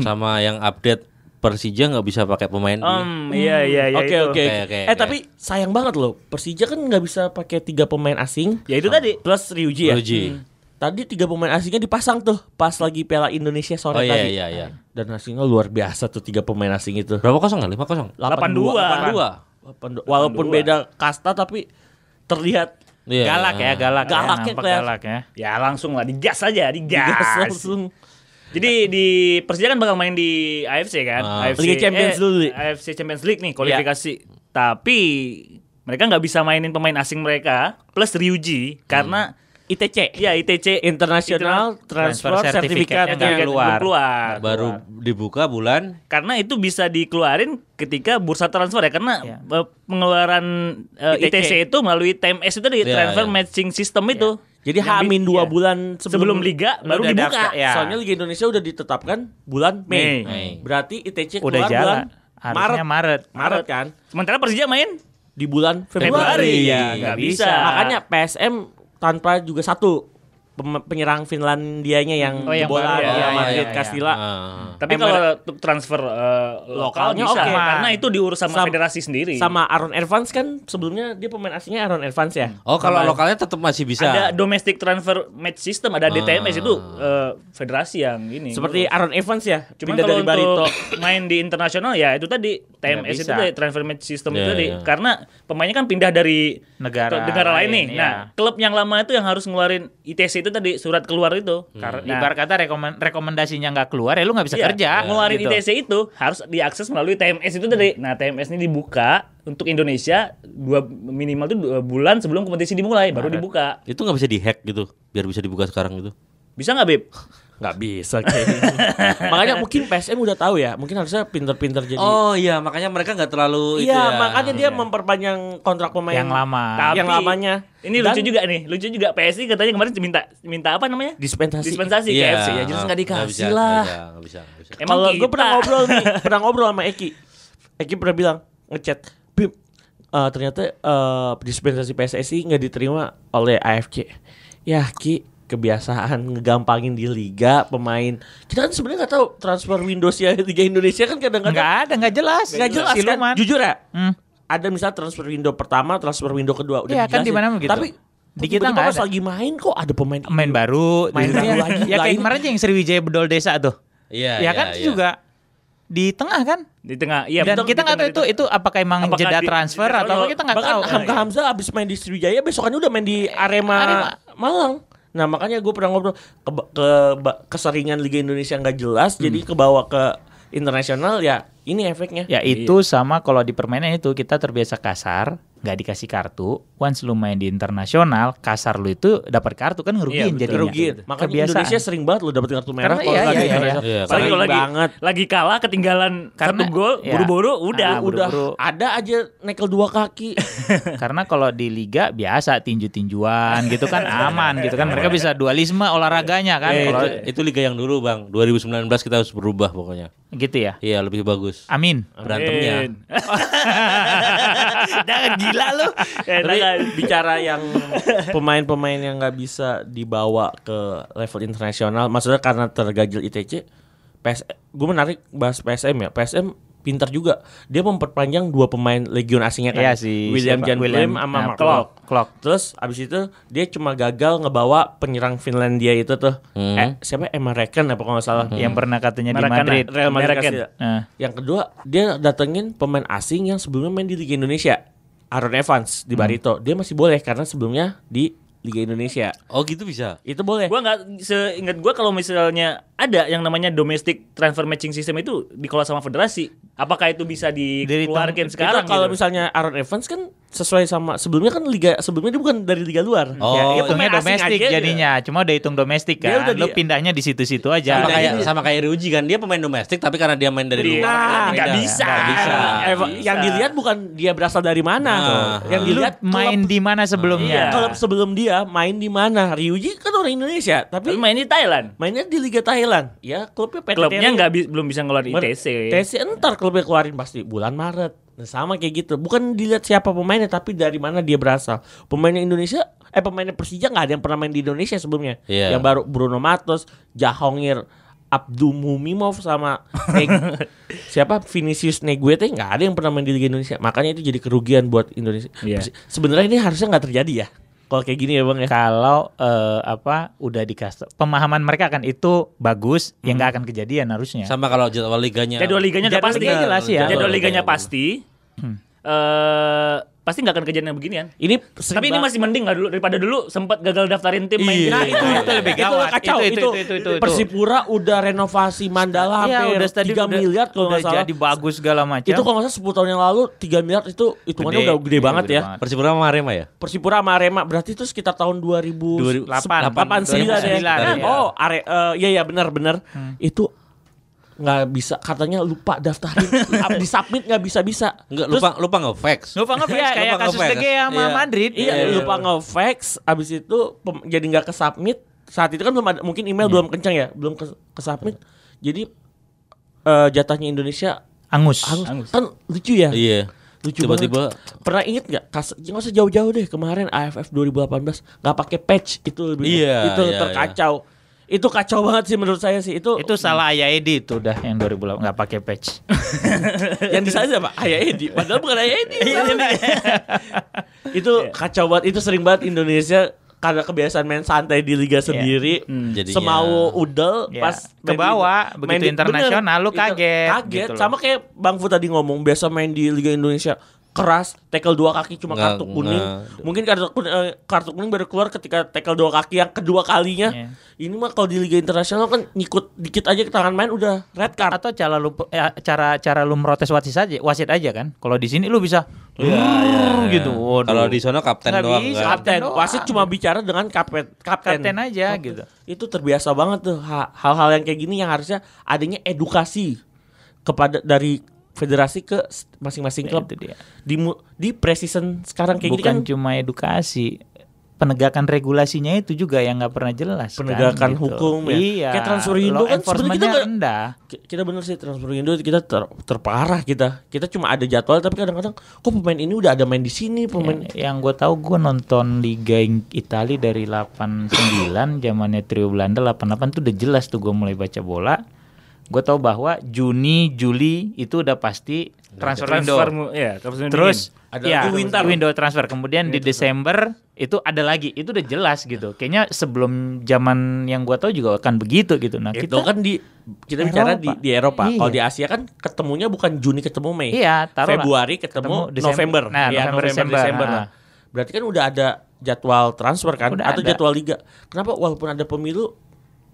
[SPEAKER 1] Sama yang update Persija nggak bisa pakai pemain di-
[SPEAKER 4] Um, iya iya iya.
[SPEAKER 2] Oke
[SPEAKER 4] itu.
[SPEAKER 2] oke.
[SPEAKER 1] Oke, oke,
[SPEAKER 2] oke.
[SPEAKER 1] oke.
[SPEAKER 2] Eh tapi sayang banget loh. Persija kan nggak bisa pakai tiga pemain asing
[SPEAKER 4] Ya itu tadi.
[SPEAKER 2] plus Ryuji ya.
[SPEAKER 1] Ryuji.
[SPEAKER 2] Hmm. Tadi tiga pemain asingnya dipasang tuh pas lagi Piala Indonesia
[SPEAKER 1] Oh
[SPEAKER 2] sore
[SPEAKER 1] iya
[SPEAKER 2] tadi.
[SPEAKER 1] iya iya.
[SPEAKER 2] Dan hasilnya luar biasa tuh tiga pemain asing itu.
[SPEAKER 1] Berapa kosong nggak? Lima kosong.
[SPEAKER 4] 82.
[SPEAKER 2] 82. 82. Walaupun
[SPEAKER 4] 82.
[SPEAKER 2] beda kasta tapi terlihat
[SPEAKER 1] Iya.
[SPEAKER 3] Galak ya, galak. ya,
[SPEAKER 2] Galak ya,
[SPEAKER 3] nampak
[SPEAKER 2] kelihatan.
[SPEAKER 3] galak ya.
[SPEAKER 4] Ya langsung lah digas aja, digas.
[SPEAKER 2] digas langsung.
[SPEAKER 4] Jadi di Persija kan bakal main di AFC kan?
[SPEAKER 1] Ah.
[SPEAKER 4] AFC,
[SPEAKER 2] Liga Champions dulu.
[SPEAKER 4] AFC Champions League nih kualifikasi. Tapi mereka nggak bisa mainin pemain asing mereka plus Ryuji karena
[SPEAKER 2] ITC.
[SPEAKER 4] ya ITC
[SPEAKER 2] International Hmm. Transfer,
[SPEAKER 3] Transfer
[SPEAKER 2] Certificate
[SPEAKER 3] Certificate-nya
[SPEAKER 2] yang
[SPEAKER 3] nggak
[SPEAKER 4] keluar.
[SPEAKER 3] keluar.
[SPEAKER 4] keluar.
[SPEAKER 1] Baru dibuka bulan
[SPEAKER 4] karena itu bisa dikeluarin ketika bursa transfer ya karena
[SPEAKER 3] Ya.
[SPEAKER 4] eh, pengeluaran eh,
[SPEAKER 2] ITC.
[SPEAKER 4] ITC. itu melalui TMS itu
[SPEAKER 1] Ya,
[SPEAKER 4] di transfer
[SPEAKER 1] ya.
[SPEAKER 4] matching system itu.
[SPEAKER 2] Jadi
[SPEAKER 4] Yang bi-
[SPEAKER 2] hamin dua
[SPEAKER 4] ya.
[SPEAKER 2] bulan
[SPEAKER 4] sebelum
[SPEAKER 2] sebelum,
[SPEAKER 4] liga
[SPEAKER 3] Lu
[SPEAKER 4] baru
[SPEAKER 3] udah
[SPEAKER 4] dibuka.
[SPEAKER 3] daftar, ya.
[SPEAKER 2] Soalnya Liga Indonesia udah ditetapkan bulan Mei.
[SPEAKER 4] Mei.
[SPEAKER 1] Mei.
[SPEAKER 2] Berarti ITC keluar
[SPEAKER 3] Udah jalan.
[SPEAKER 2] bulan
[SPEAKER 3] Harusnya Maret.
[SPEAKER 2] Maret kan
[SPEAKER 4] Sementara Persija main
[SPEAKER 2] di bulan
[SPEAKER 4] Februari.
[SPEAKER 2] Februari.
[SPEAKER 4] Ya,
[SPEAKER 1] Nggak
[SPEAKER 4] nggak bisa.
[SPEAKER 2] Bisa. Makanya PSM tanpa juga satu pem- penyerang Finlandianya yang,
[SPEAKER 3] Oh, yang
[SPEAKER 2] bola
[SPEAKER 3] baru ya.
[SPEAKER 2] Real
[SPEAKER 1] Oh, iya,
[SPEAKER 2] Madrid
[SPEAKER 3] iya,
[SPEAKER 2] Castilla.
[SPEAKER 1] Ah.
[SPEAKER 4] tapi
[SPEAKER 2] Emang-
[SPEAKER 4] kalau untuk transfer eh, lokal
[SPEAKER 2] Eh, Lokalnya
[SPEAKER 4] bisa
[SPEAKER 2] oke.
[SPEAKER 4] karena itu diurus sama,
[SPEAKER 2] Sama-
[SPEAKER 4] federasi sendiri.
[SPEAKER 2] Sama Aaron Evans kan sebelumnya dia pemain aslinya Aaron Evans ya.
[SPEAKER 1] Oh kalau lokalnya tetap masih bisa.
[SPEAKER 4] Ada domestic transfer match system, ada DTMS
[SPEAKER 1] Ah.
[SPEAKER 4] itu eh, federasi yang ini.
[SPEAKER 2] Seperti Aaron Evans ya,
[SPEAKER 4] Cuma
[SPEAKER 2] pindah
[SPEAKER 4] kalau
[SPEAKER 2] dari Barito.
[SPEAKER 4] [laughs] untuk main di internasional ya itu tadi TMS itu
[SPEAKER 3] bisa.
[SPEAKER 4] tadi transfer match system itu
[SPEAKER 2] Iya,
[SPEAKER 1] Ya,
[SPEAKER 4] tadi
[SPEAKER 1] ya.
[SPEAKER 4] karena pemainnya kan pindah dari
[SPEAKER 3] Negara
[SPEAKER 4] ke negara lain,
[SPEAKER 3] lain,
[SPEAKER 4] nih.
[SPEAKER 3] ya.
[SPEAKER 4] Nah,
[SPEAKER 2] iya.
[SPEAKER 4] klub yang lama itu yang harus ngeluarin ITC itu tadi surat keluar itu.
[SPEAKER 2] Hmm.
[SPEAKER 4] Karena
[SPEAKER 3] Nah. Ibarat kata rekomen- rekomendasinya nggak keluar ya lu nggak bisa
[SPEAKER 4] Iya,
[SPEAKER 3] kerja.
[SPEAKER 4] Ngeluarin
[SPEAKER 3] gitu.
[SPEAKER 4] ITC itu harus diakses melalui TMS itu tadi. Nah, TMS ini dibuka untuk Indonesia dua minimal tuh dua bulan sebelum kompetisi dimulai baru dibuka.
[SPEAKER 1] Itu nggak bisa dihack gitu biar bisa dibuka sekarang gitu.
[SPEAKER 4] Bisa nggak, Bib?
[SPEAKER 2] Nggak bisa kayaknya. Makanya mungkin PSM udah tahu ya, mungkin harusnya pinter-pinter jadi.
[SPEAKER 1] Oh iya makanya mereka nggak terlalu itu
[SPEAKER 2] iya,
[SPEAKER 1] ya.
[SPEAKER 2] makanya dia memperpanjang kontrak pemain
[SPEAKER 3] Yang lama.
[SPEAKER 4] Tapi-
[SPEAKER 2] yang lamanya.
[SPEAKER 4] Ini
[SPEAKER 2] Dan-
[SPEAKER 4] lucu juga nih, lucu juga PSI katanya kemarin minta minta apa namanya?
[SPEAKER 2] Dispensasi.
[SPEAKER 4] Dispensasi
[SPEAKER 1] Iya.
[SPEAKER 4] KFC ya, jelas nggak dikasih
[SPEAKER 1] bisa,
[SPEAKER 4] lah.
[SPEAKER 1] Nggak bisa, nggak bisa. nggak bisa.
[SPEAKER 4] Emang
[SPEAKER 2] Kalau gue
[SPEAKER 4] kita-
[SPEAKER 2] pernah ngobrol nih, pernah ngobrol sama Eki. Eki pernah bilang ngechat, Bim, eh, ternyata eh, dispensasi PSSI nggak diterima oleh AFC. Ya Ki, kebiasaan ngegampangin di liga pemain. Kita kan sebenarnya nggak tahu transfer Windows ya Liga Indonesia kan
[SPEAKER 3] Nggak
[SPEAKER 2] kadang-kadang
[SPEAKER 3] ada, nggak jelas.
[SPEAKER 2] nggak jelas kan.
[SPEAKER 3] Siluman.
[SPEAKER 2] Jujur ya,
[SPEAKER 3] Hmm.
[SPEAKER 2] ada misalnya transfer window pertama, transfer window kedua.
[SPEAKER 3] Iya, kan
[SPEAKER 2] dijelasin.
[SPEAKER 3] di mana begitu.
[SPEAKER 2] Tapi
[SPEAKER 3] Di kita
[SPEAKER 2] tiba-tiba
[SPEAKER 3] nggak
[SPEAKER 2] pas
[SPEAKER 3] ada.
[SPEAKER 2] lagi main kok ada pemain
[SPEAKER 3] Main baru,
[SPEAKER 2] Main
[SPEAKER 3] gitu.
[SPEAKER 2] baru lagi.
[SPEAKER 3] Ya
[SPEAKER 2] Lah,
[SPEAKER 3] kayak
[SPEAKER 2] ini-
[SPEAKER 3] kemarin aja yang Sriwijaya Bedol Desa tuh.
[SPEAKER 1] Iya,
[SPEAKER 3] ya kan itu juga di tengah kan.
[SPEAKER 4] Di tengah, iya.
[SPEAKER 3] Dan
[SPEAKER 4] betul,
[SPEAKER 3] kita
[SPEAKER 4] di
[SPEAKER 3] nggak tahu
[SPEAKER 4] tengah,
[SPEAKER 3] itu
[SPEAKER 4] di
[SPEAKER 3] itu apakah Iya, emang
[SPEAKER 4] Apakah
[SPEAKER 3] jeda
[SPEAKER 4] di-
[SPEAKER 3] transfer
[SPEAKER 4] jeda
[SPEAKER 3] atau apa,
[SPEAKER 4] kalau-
[SPEAKER 3] kita nggak
[SPEAKER 2] Bahkan
[SPEAKER 3] tahu. Iya,
[SPEAKER 2] Hamka Hamzah abis main di Sriwijaya besokannya udah main di Arema,
[SPEAKER 3] Arema.
[SPEAKER 2] Malang. Nah makanya gue pernah ngobrol ke, ke- ba- keseringan Liga Indonesia nggak jelas, jadi kebawa ke internasional ya ini efeknya.
[SPEAKER 3] Ya itu sama kalau di permainan itu kita terbiasa kasar, nggak dikasih kartu. Once lu main di internasional, kasar lu itu dapat kartu kan
[SPEAKER 4] Iya,
[SPEAKER 3] ngerugiin
[SPEAKER 4] betul.
[SPEAKER 3] jadinya.
[SPEAKER 2] Kerugian. Makanya
[SPEAKER 3] Kebiasaan. [laughs]
[SPEAKER 2] Indonesia sering banget lo dapet kartu merah
[SPEAKER 3] Karena
[SPEAKER 2] kalau
[SPEAKER 3] iya,
[SPEAKER 2] nggak di
[SPEAKER 3] iya, iya,
[SPEAKER 2] internasional.
[SPEAKER 1] iya. Iya,
[SPEAKER 4] Apalagi
[SPEAKER 2] Sering
[SPEAKER 4] kalau lagi
[SPEAKER 2] banget.
[SPEAKER 4] lagi kalah ketinggalan
[SPEAKER 3] Karena-
[SPEAKER 4] satu gol
[SPEAKER 3] ya.
[SPEAKER 4] buru-buru
[SPEAKER 3] Ah,
[SPEAKER 4] udah
[SPEAKER 3] buru-buru.
[SPEAKER 2] Udah ada aja nekel dua kaki.
[SPEAKER 3] Karena kalau di liga biasa tinju-tinjuan gitu kan aman gitu kan mereka bisa dualisme olahraganya kan
[SPEAKER 1] Eh,
[SPEAKER 3] kalau
[SPEAKER 1] itu, itu liga yang dulu bang 2019 kita harus berubah pokoknya
[SPEAKER 3] gitu ya.
[SPEAKER 1] iya lebih bagus
[SPEAKER 3] Amin.
[SPEAKER 4] [laughs]
[SPEAKER 1] berantemnya
[SPEAKER 4] Jangan gila lu. Eh,
[SPEAKER 2] Tapi
[SPEAKER 4] jangan.
[SPEAKER 2] bicara yang pemain-pemain yang nggak bisa dibawa ke level internasional, maksudnya karena terganjil ITC, PS, gue menarik bahas PSM ya. PSM pintar juga. Dia memperpanjang dua pemain legion asingnya kan.
[SPEAKER 3] Iya sih,
[SPEAKER 2] William
[SPEAKER 3] siapa?
[SPEAKER 2] Jan Willem
[SPEAKER 3] William,
[SPEAKER 2] sama
[SPEAKER 3] nah,
[SPEAKER 2] Mark
[SPEAKER 3] Klok. Klok.
[SPEAKER 2] Terus abis itu dia cuma gagal ngebawa penyerang Finlandia itu tuh.
[SPEAKER 3] Hmm.
[SPEAKER 2] Eh, siapa Emereken apa kalau nggak salah.
[SPEAKER 3] yang pernah katanya di
[SPEAKER 4] Maracana.
[SPEAKER 3] Madrid.
[SPEAKER 2] Real Madrid
[SPEAKER 4] Mereken.
[SPEAKER 2] kasih. ya.
[SPEAKER 3] Nah,
[SPEAKER 2] Yang kedua, dia datengin pemain asing yang sebelumnya main di Liga Indonesia. Aaron Evans di Barito. Dia masih boleh karena sebelumnya di Liga Indonesia.
[SPEAKER 1] Oh gitu bisa.
[SPEAKER 2] Itu boleh.
[SPEAKER 4] [laughs] Gua nggak seingat gua kalau misalnya ada yang namanya domestic transfer matching system itu dikelola sama federasi. Apakah itu bisa dikeluarkan
[SPEAKER 2] Kita
[SPEAKER 4] sekarang?
[SPEAKER 2] kalau
[SPEAKER 4] gitu?
[SPEAKER 2] misalnya Aaron Evans kan sesuai sama sebelumnya kan liga sebelumnya dia bukan dari liga luar. iya,
[SPEAKER 1] Oh,
[SPEAKER 3] ya,
[SPEAKER 4] pemain
[SPEAKER 3] hitungnya
[SPEAKER 4] asing
[SPEAKER 3] domestik
[SPEAKER 4] aja,
[SPEAKER 3] jadinya. Cuma udah hitung domestik
[SPEAKER 2] Dia
[SPEAKER 3] kan.
[SPEAKER 2] udah
[SPEAKER 3] Lo
[SPEAKER 2] di-
[SPEAKER 3] pindahnya di situ-situ
[SPEAKER 1] Sama
[SPEAKER 3] aja.
[SPEAKER 1] kayak sama kayak Ryuji kan dia pemain domestik tapi karena dia main dari luar.
[SPEAKER 2] Iya,
[SPEAKER 4] Nah,
[SPEAKER 1] kan
[SPEAKER 4] nggak
[SPEAKER 1] beda.
[SPEAKER 4] bisa.
[SPEAKER 1] Nggak bisa.
[SPEAKER 2] Nah, Eva- yang dilihat bukan dia berasal dari mana.
[SPEAKER 1] Nah.
[SPEAKER 2] yang
[SPEAKER 3] Lu
[SPEAKER 2] dilihat
[SPEAKER 3] main di mana
[SPEAKER 4] Iya.
[SPEAKER 3] sebelumnya?
[SPEAKER 2] klub, klub sebelum dia main di mana. Ryuji kan orang Indonesia,
[SPEAKER 4] Tapi
[SPEAKER 2] tapi
[SPEAKER 4] main di Thailand.
[SPEAKER 2] mainnya di Liga Thailand. Ya, klubnya PT
[SPEAKER 4] Klubnya nggak bi- belum bisa ngeluarin
[SPEAKER 2] Ber-
[SPEAKER 4] ITC.
[SPEAKER 2] TC entar klubnya keluarin pasti bulan Maret. Nah, sama kayak gitu. Bukan dilihat siapa pemainnya tapi dari mana dia berasal. Pemainnya Indonesia eh pemainnya Persija nggak ada yang pernah main di Indonesia sebelumnya.
[SPEAKER 1] Iya.
[SPEAKER 2] Yang baru Bruno Matos, Jahongir, Abdul Mumimov sama
[SPEAKER 4] [laughs]
[SPEAKER 2] Neg- siapa Vinicius Neguete nggak ada yang pernah main di Liga Indonesia. Makanya itu jadi kerugian buat Indonesia.
[SPEAKER 4] Iya.
[SPEAKER 2] Persi- Sebenarnya ini harusnya nggak terjadi ya. Kalau kayak gini ya Bang ya.
[SPEAKER 3] Kalau eh, apa udah dikasih pemahaman mereka kan itu bagus,
[SPEAKER 2] Hmm.
[SPEAKER 3] yang nggak akan kejadian harusnya.
[SPEAKER 1] Sama kalau jadwal liganya.
[SPEAKER 4] Jadwal liganya udah
[SPEAKER 3] ya. Jadwal
[SPEAKER 4] pasti.
[SPEAKER 3] liganya jelas ya. Hmm.
[SPEAKER 4] Jadwal
[SPEAKER 1] Jadwal
[SPEAKER 4] liganya
[SPEAKER 1] liganya
[SPEAKER 4] pasti. Eh pasti nggak akan kejadian yang beginian.
[SPEAKER 2] Ini
[SPEAKER 4] Tapi ini masih mending nggak dulu daripada dulu sempat gagal daftarin tim main.
[SPEAKER 2] Nah, itu,
[SPEAKER 4] gitu.
[SPEAKER 3] Iya,
[SPEAKER 2] itu
[SPEAKER 3] iya,
[SPEAKER 2] lebih
[SPEAKER 3] iya.
[SPEAKER 2] gawat.
[SPEAKER 3] Itu,
[SPEAKER 2] Kacau.
[SPEAKER 3] itu,
[SPEAKER 2] Itu,
[SPEAKER 3] itu, itu, itu, itu.
[SPEAKER 2] Persipura udah renovasi Mandala
[SPEAKER 3] Iya,
[SPEAKER 2] hampir
[SPEAKER 3] udah
[SPEAKER 2] 3
[SPEAKER 3] stadion udah-
[SPEAKER 2] miliar kalau
[SPEAKER 3] udah
[SPEAKER 2] nggak salah.
[SPEAKER 3] jadi bagus segala macam.
[SPEAKER 2] Itu kalau nggak salah 10 tahun yang lalu 3 miliar itu hitungannya
[SPEAKER 3] Gede,
[SPEAKER 2] udah gede,
[SPEAKER 3] gede,
[SPEAKER 2] banget
[SPEAKER 3] gede
[SPEAKER 2] ya.
[SPEAKER 3] banget.
[SPEAKER 1] Persipura sama Arema ya?
[SPEAKER 2] Persipura sama Arema berarti itu sekitar tahun 2008
[SPEAKER 3] 2009,
[SPEAKER 2] 89 ya.
[SPEAKER 3] iya. Hmm.
[SPEAKER 2] Oh, are, eh, iya iya benar benar. Itu nggak bisa katanya lupa
[SPEAKER 3] [laughs]
[SPEAKER 2] daftarin di submit nggak bisa bisa
[SPEAKER 1] Enggak lupa lupa nggak fax.
[SPEAKER 3] Lupa nggak Fes?
[SPEAKER 1] Iya,
[SPEAKER 3] ya, kayak
[SPEAKER 1] [laughs] lupa
[SPEAKER 3] kasus
[SPEAKER 1] nge-fax.
[SPEAKER 3] De Gea sama
[SPEAKER 1] Iya.
[SPEAKER 3] Madrid.
[SPEAKER 2] ya. Iya,
[SPEAKER 1] Iya, iya.
[SPEAKER 2] lupa nge-fax abis itu pem- jadi nggak ke-submit. Saat itu kan belum ada mungkin email belum kencang ya, belum ke- ke-submit. Jadi eh, jatahnya Indonesia
[SPEAKER 3] Angus.
[SPEAKER 2] hangus. kan lucu ya.
[SPEAKER 1] Iya.
[SPEAKER 2] Lucu
[SPEAKER 1] Tiba-tiba
[SPEAKER 2] banget. pernah inget nggak? Kas- ya Nggak usah jauh-jauh deh kemarin AFF 2018 nggak pakai patch itu lebih
[SPEAKER 1] Iya,
[SPEAKER 2] itu
[SPEAKER 1] iya,
[SPEAKER 2] terkacau. Itu kacau banget sih menurut saya sih itu,
[SPEAKER 3] Itu salah
[SPEAKER 2] Iya.
[SPEAKER 3] Ayaedi itu dah yang 2008 nggak pakai patch.
[SPEAKER 2] yang disaja pak Ayah Edi padahal bukan Ayah Edi
[SPEAKER 3] Iya,
[SPEAKER 2] itu kacau banget itu sering banget Indonesia karena kebiasaan main santai di liga sendiri
[SPEAKER 1] Jadinya-
[SPEAKER 2] semau udel
[SPEAKER 3] Hmm, Iya.
[SPEAKER 2] pas main di-
[SPEAKER 3] Kebawa, begitu
[SPEAKER 2] di-
[SPEAKER 3] internasional, lu
[SPEAKER 2] Itu-
[SPEAKER 3] kaget,
[SPEAKER 2] kaget
[SPEAKER 3] gitu loh.
[SPEAKER 2] sama kayak Bang Fu tadi ngomong biasa main di Liga Indonesia keras tackle dua kaki cuma
[SPEAKER 1] Nggak-
[SPEAKER 2] kartu kuning
[SPEAKER 1] nggak.
[SPEAKER 2] mungkin kartu kuning, kartu kuning baru keluar ketika tackle dua kaki yang kedua kalinya
[SPEAKER 3] Iya.
[SPEAKER 2] ini mah kalau di Liga Internasional kan ngikut dikit aja ke tangan main udah red card
[SPEAKER 3] Atau cara lu eh, cara cara lu merotes wasit aja, wasit aja kan. Kalau di sini lu bisa
[SPEAKER 2] Iya,
[SPEAKER 3] gitu.
[SPEAKER 1] Iya,
[SPEAKER 3] Waduh.
[SPEAKER 1] Kalau di sana kapten
[SPEAKER 3] Nggak
[SPEAKER 1] doang
[SPEAKER 3] bisa.
[SPEAKER 1] kan.
[SPEAKER 2] kapten
[SPEAKER 3] doang.
[SPEAKER 2] wasit cuma bicara dengan kapten kapten,
[SPEAKER 3] kapten aja gitu.
[SPEAKER 2] itu terbiasa banget tuh ha- hal-hal yang kayak gini yang harusnya adanya edukasi kepada dari federasi ke s- masing-masing klub
[SPEAKER 3] Ya, itu dia.
[SPEAKER 2] di mu- di precision sekarang kayak gini
[SPEAKER 3] Bukan
[SPEAKER 2] kan
[SPEAKER 3] cuma edukasi, penegakan regulasinya itu juga yang nggak pernah jelas. kan,
[SPEAKER 2] Penegakan hukum ya.
[SPEAKER 3] Iya.
[SPEAKER 2] Kayak transfer Indo
[SPEAKER 3] law
[SPEAKER 2] kan sebenarnya
[SPEAKER 3] enforcement-nya
[SPEAKER 2] kita nggak-
[SPEAKER 3] rendah.
[SPEAKER 2] Ki- kita bener sih transfer Indo kita ter- terparah kita kita cuma ada jadwal tapi kadang-kadang kok pemain ini udah ada main di sini pemain
[SPEAKER 3] Ya, yang gue tahu gue nonton Liga Ing- Itali dari 89 zamannya trio Belanda 88 tuh udah jelas tuh gue mulai baca bola. Gue tahu bahwa Juni Juli itu udah pasti transfer,
[SPEAKER 4] Transfer
[SPEAKER 3] window.
[SPEAKER 4] mu- ya, transfer
[SPEAKER 3] Terus
[SPEAKER 4] dingin.
[SPEAKER 3] ada winter. window transfer. Kemudian di Desember itu ada lagi. Itu udah jelas gitu. Kayaknya sebelum zaman yang gue tahu juga akan begitu gitu. Nah,
[SPEAKER 2] itu
[SPEAKER 3] kita
[SPEAKER 2] kan di kita bicara di
[SPEAKER 3] Eropa.
[SPEAKER 2] di Eropa
[SPEAKER 3] Iya.
[SPEAKER 2] kalau di Asia kan ketemunya bukan Juni ketemu Mei
[SPEAKER 3] Iya, taruh lah.
[SPEAKER 2] Februari ketemu,
[SPEAKER 3] Ketemu Desember.
[SPEAKER 2] November
[SPEAKER 3] Nah,
[SPEAKER 2] Iya,
[SPEAKER 3] November, Desember. Nah.
[SPEAKER 2] lah. berarti kan udah ada jadwal transfer kan
[SPEAKER 3] Udah
[SPEAKER 2] atau
[SPEAKER 3] ada.
[SPEAKER 2] jadwal liga kenapa walaupun ada pemilu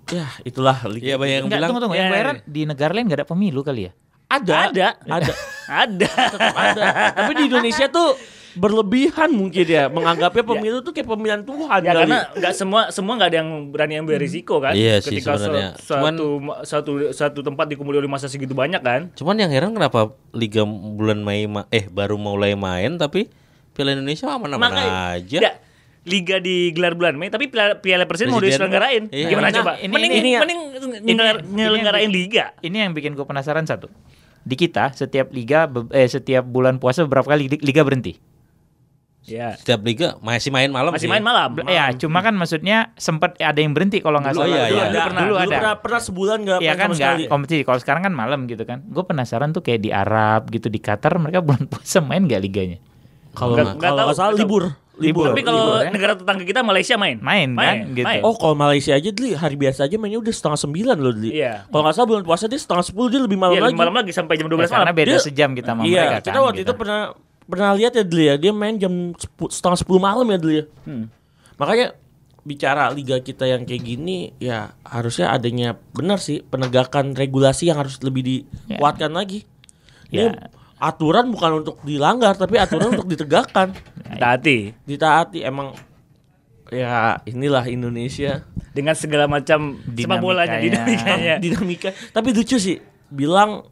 [SPEAKER 2] ya itulah liga
[SPEAKER 1] Iya banyak yang
[SPEAKER 3] Enggak,
[SPEAKER 1] bilang.
[SPEAKER 3] tunggu tunggu.
[SPEAKER 4] Ya,
[SPEAKER 3] Yang gue
[SPEAKER 4] ya,
[SPEAKER 3] heran, di negara lain gak ada pemilu kali ya?
[SPEAKER 2] ada
[SPEAKER 4] Ada.
[SPEAKER 3] [laughs]
[SPEAKER 2] ada
[SPEAKER 4] Ada.
[SPEAKER 2] tetap ada tapi di Indonesia tuh berlebihan mungkin ya menganggapnya pemilu tuh kayak pemilihan
[SPEAKER 3] Kan
[SPEAKER 2] Tuhan
[SPEAKER 4] Ya
[SPEAKER 2] kali.
[SPEAKER 4] karena nggak semua semua nggak ada yang berani ambil
[SPEAKER 3] Hmm.
[SPEAKER 4] risiko kan.
[SPEAKER 1] Iya sih,
[SPEAKER 4] Ketika
[SPEAKER 1] sebenarnya.
[SPEAKER 4] su- suatu ma- satu satu tempat dikumpuli oleh masa segitu banyak kan.
[SPEAKER 1] Cuman yang heran kenapa liga bulan Mei ma- eh baru mulai main tapi Piala Indonesia mana-mana aja.
[SPEAKER 4] Nggak, liga digelar bulan Mei tapi Piala, Piala Presiden mau
[SPEAKER 1] Presiden.
[SPEAKER 4] diselenggarain.
[SPEAKER 1] Iya.
[SPEAKER 4] Gimana
[SPEAKER 1] Nah,
[SPEAKER 4] coba?
[SPEAKER 3] ini-
[SPEAKER 4] mending
[SPEAKER 3] ini-
[SPEAKER 4] mending ngelar- nyelenggarain liga.
[SPEAKER 3] ini yang bikin gue penasaran satu. Di kita setiap liga be- eh setiap bulan puasa berapa kali di- liga berhenti?
[SPEAKER 4] Ya.
[SPEAKER 1] Setiap liga masih main malam
[SPEAKER 4] Masih
[SPEAKER 1] sih.
[SPEAKER 4] main malam.
[SPEAKER 3] Ya, cuma kan maksudnya sempat ada yang berhenti kalau nggak
[SPEAKER 2] Oh,
[SPEAKER 1] Dulu
[SPEAKER 3] salah.
[SPEAKER 1] iya,
[SPEAKER 3] dulu
[SPEAKER 1] iya.
[SPEAKER 3] ada,
[SPEAKER 1] Dulu
[SPEAKER 3] dulu, ada.
[SPEAKER 2] pernah, pernah sebulan nggak
[SPEAKER 3] Iya
[SPEAKER 2] main
[SPEAKER 3] kan
[SPEAKER 2] sama
[SPEAKER 3] nggak
[SPEAKER 2] sekali.
[SPEAKER 3] kompetisi. Kalau sekarang kan malam gitu kan. Gue penasaran tuh kayak di Arab gitu di Qatar mereka bulan puasa main nggak liganya?
[SPEAKER 2] Kalau
[SPEAKER 4] Nggak- nggak
[SPEAKER 2] kalau
[SPEAKER 4] tahu,
[SPEAKER 2] nggak salah
[SPEAKER 4] nggak tahu.
[SPEAKER 2] libur.
[SPEAKER 3] Libur.
[SPEAKER 4] Tapi kalau
[SPEAKER 3] libur ya.
[SPEAKER 4] negara tetangga kita Malaysia main.
[SPEAKER 3] Main, kan, gitu.
[SPEAKER 4] main.
[SPEAKER 2] Oh kalau Malaysia aja Dli hari biasa aja mainnya udah setengah sembilan loh Dli
[SPEAKER 4] Iya.
[SPEAKER 2] Kalau nggak salah bulan puasa dia setengah sepuluh dia lebih malam
[SPEAKER 4] Iya,
[SPEAKER 2] lagi
[SPEAKER 4] malam lagi sampai jam 12
[SPEAKER 3] Ya, karena
[SPEAKER 4] malam.
[SPEAKER 3] beda
[SPEAKER 2] Dia-
[SPEAKER 3] sejam kita sama
[SPEAKER 2] Iya
[SPEAKER 3] mereka
[SPEAKER 2] kita
[SPEAKER 3] kan,
[SPEAKER 2] waktu
[SPEAKER 3] gitu.
[SPEAKER 2] itu pernah pernah lihat ya Dli ya Dia main jam sepu- setengah sepuluh malam ya Dli ya
[SPEAKER 3] Hmm.
[SPEAKER 2] Makanya bicara liga kita yang kayak gini ya harusnya adanya benar sih penegakan regulasi yang harus lebih dikuatkan lagi. Ini
[SPEAKER 3] Ya.
[SPEAKER 2] aturan bukan untuk dilanggar tapi aturan untuk
[SPEAKER 3] [laughs]
[SPEAKER 2] ditegakkan,
[SPEAKER 4] Taati.
[SPEAKER 2] ditaati emang ya inilah Indonesia.
[SPEAKER 4] dengan segala macam sepak bolanya
[SPEAKER 3] Dinamikanya.
[SPEAKER 2] [laughs]
[SPEAKER 4] dinamikanya.
[SPEAKER 2] dinamika. Tapi lucu sih bilang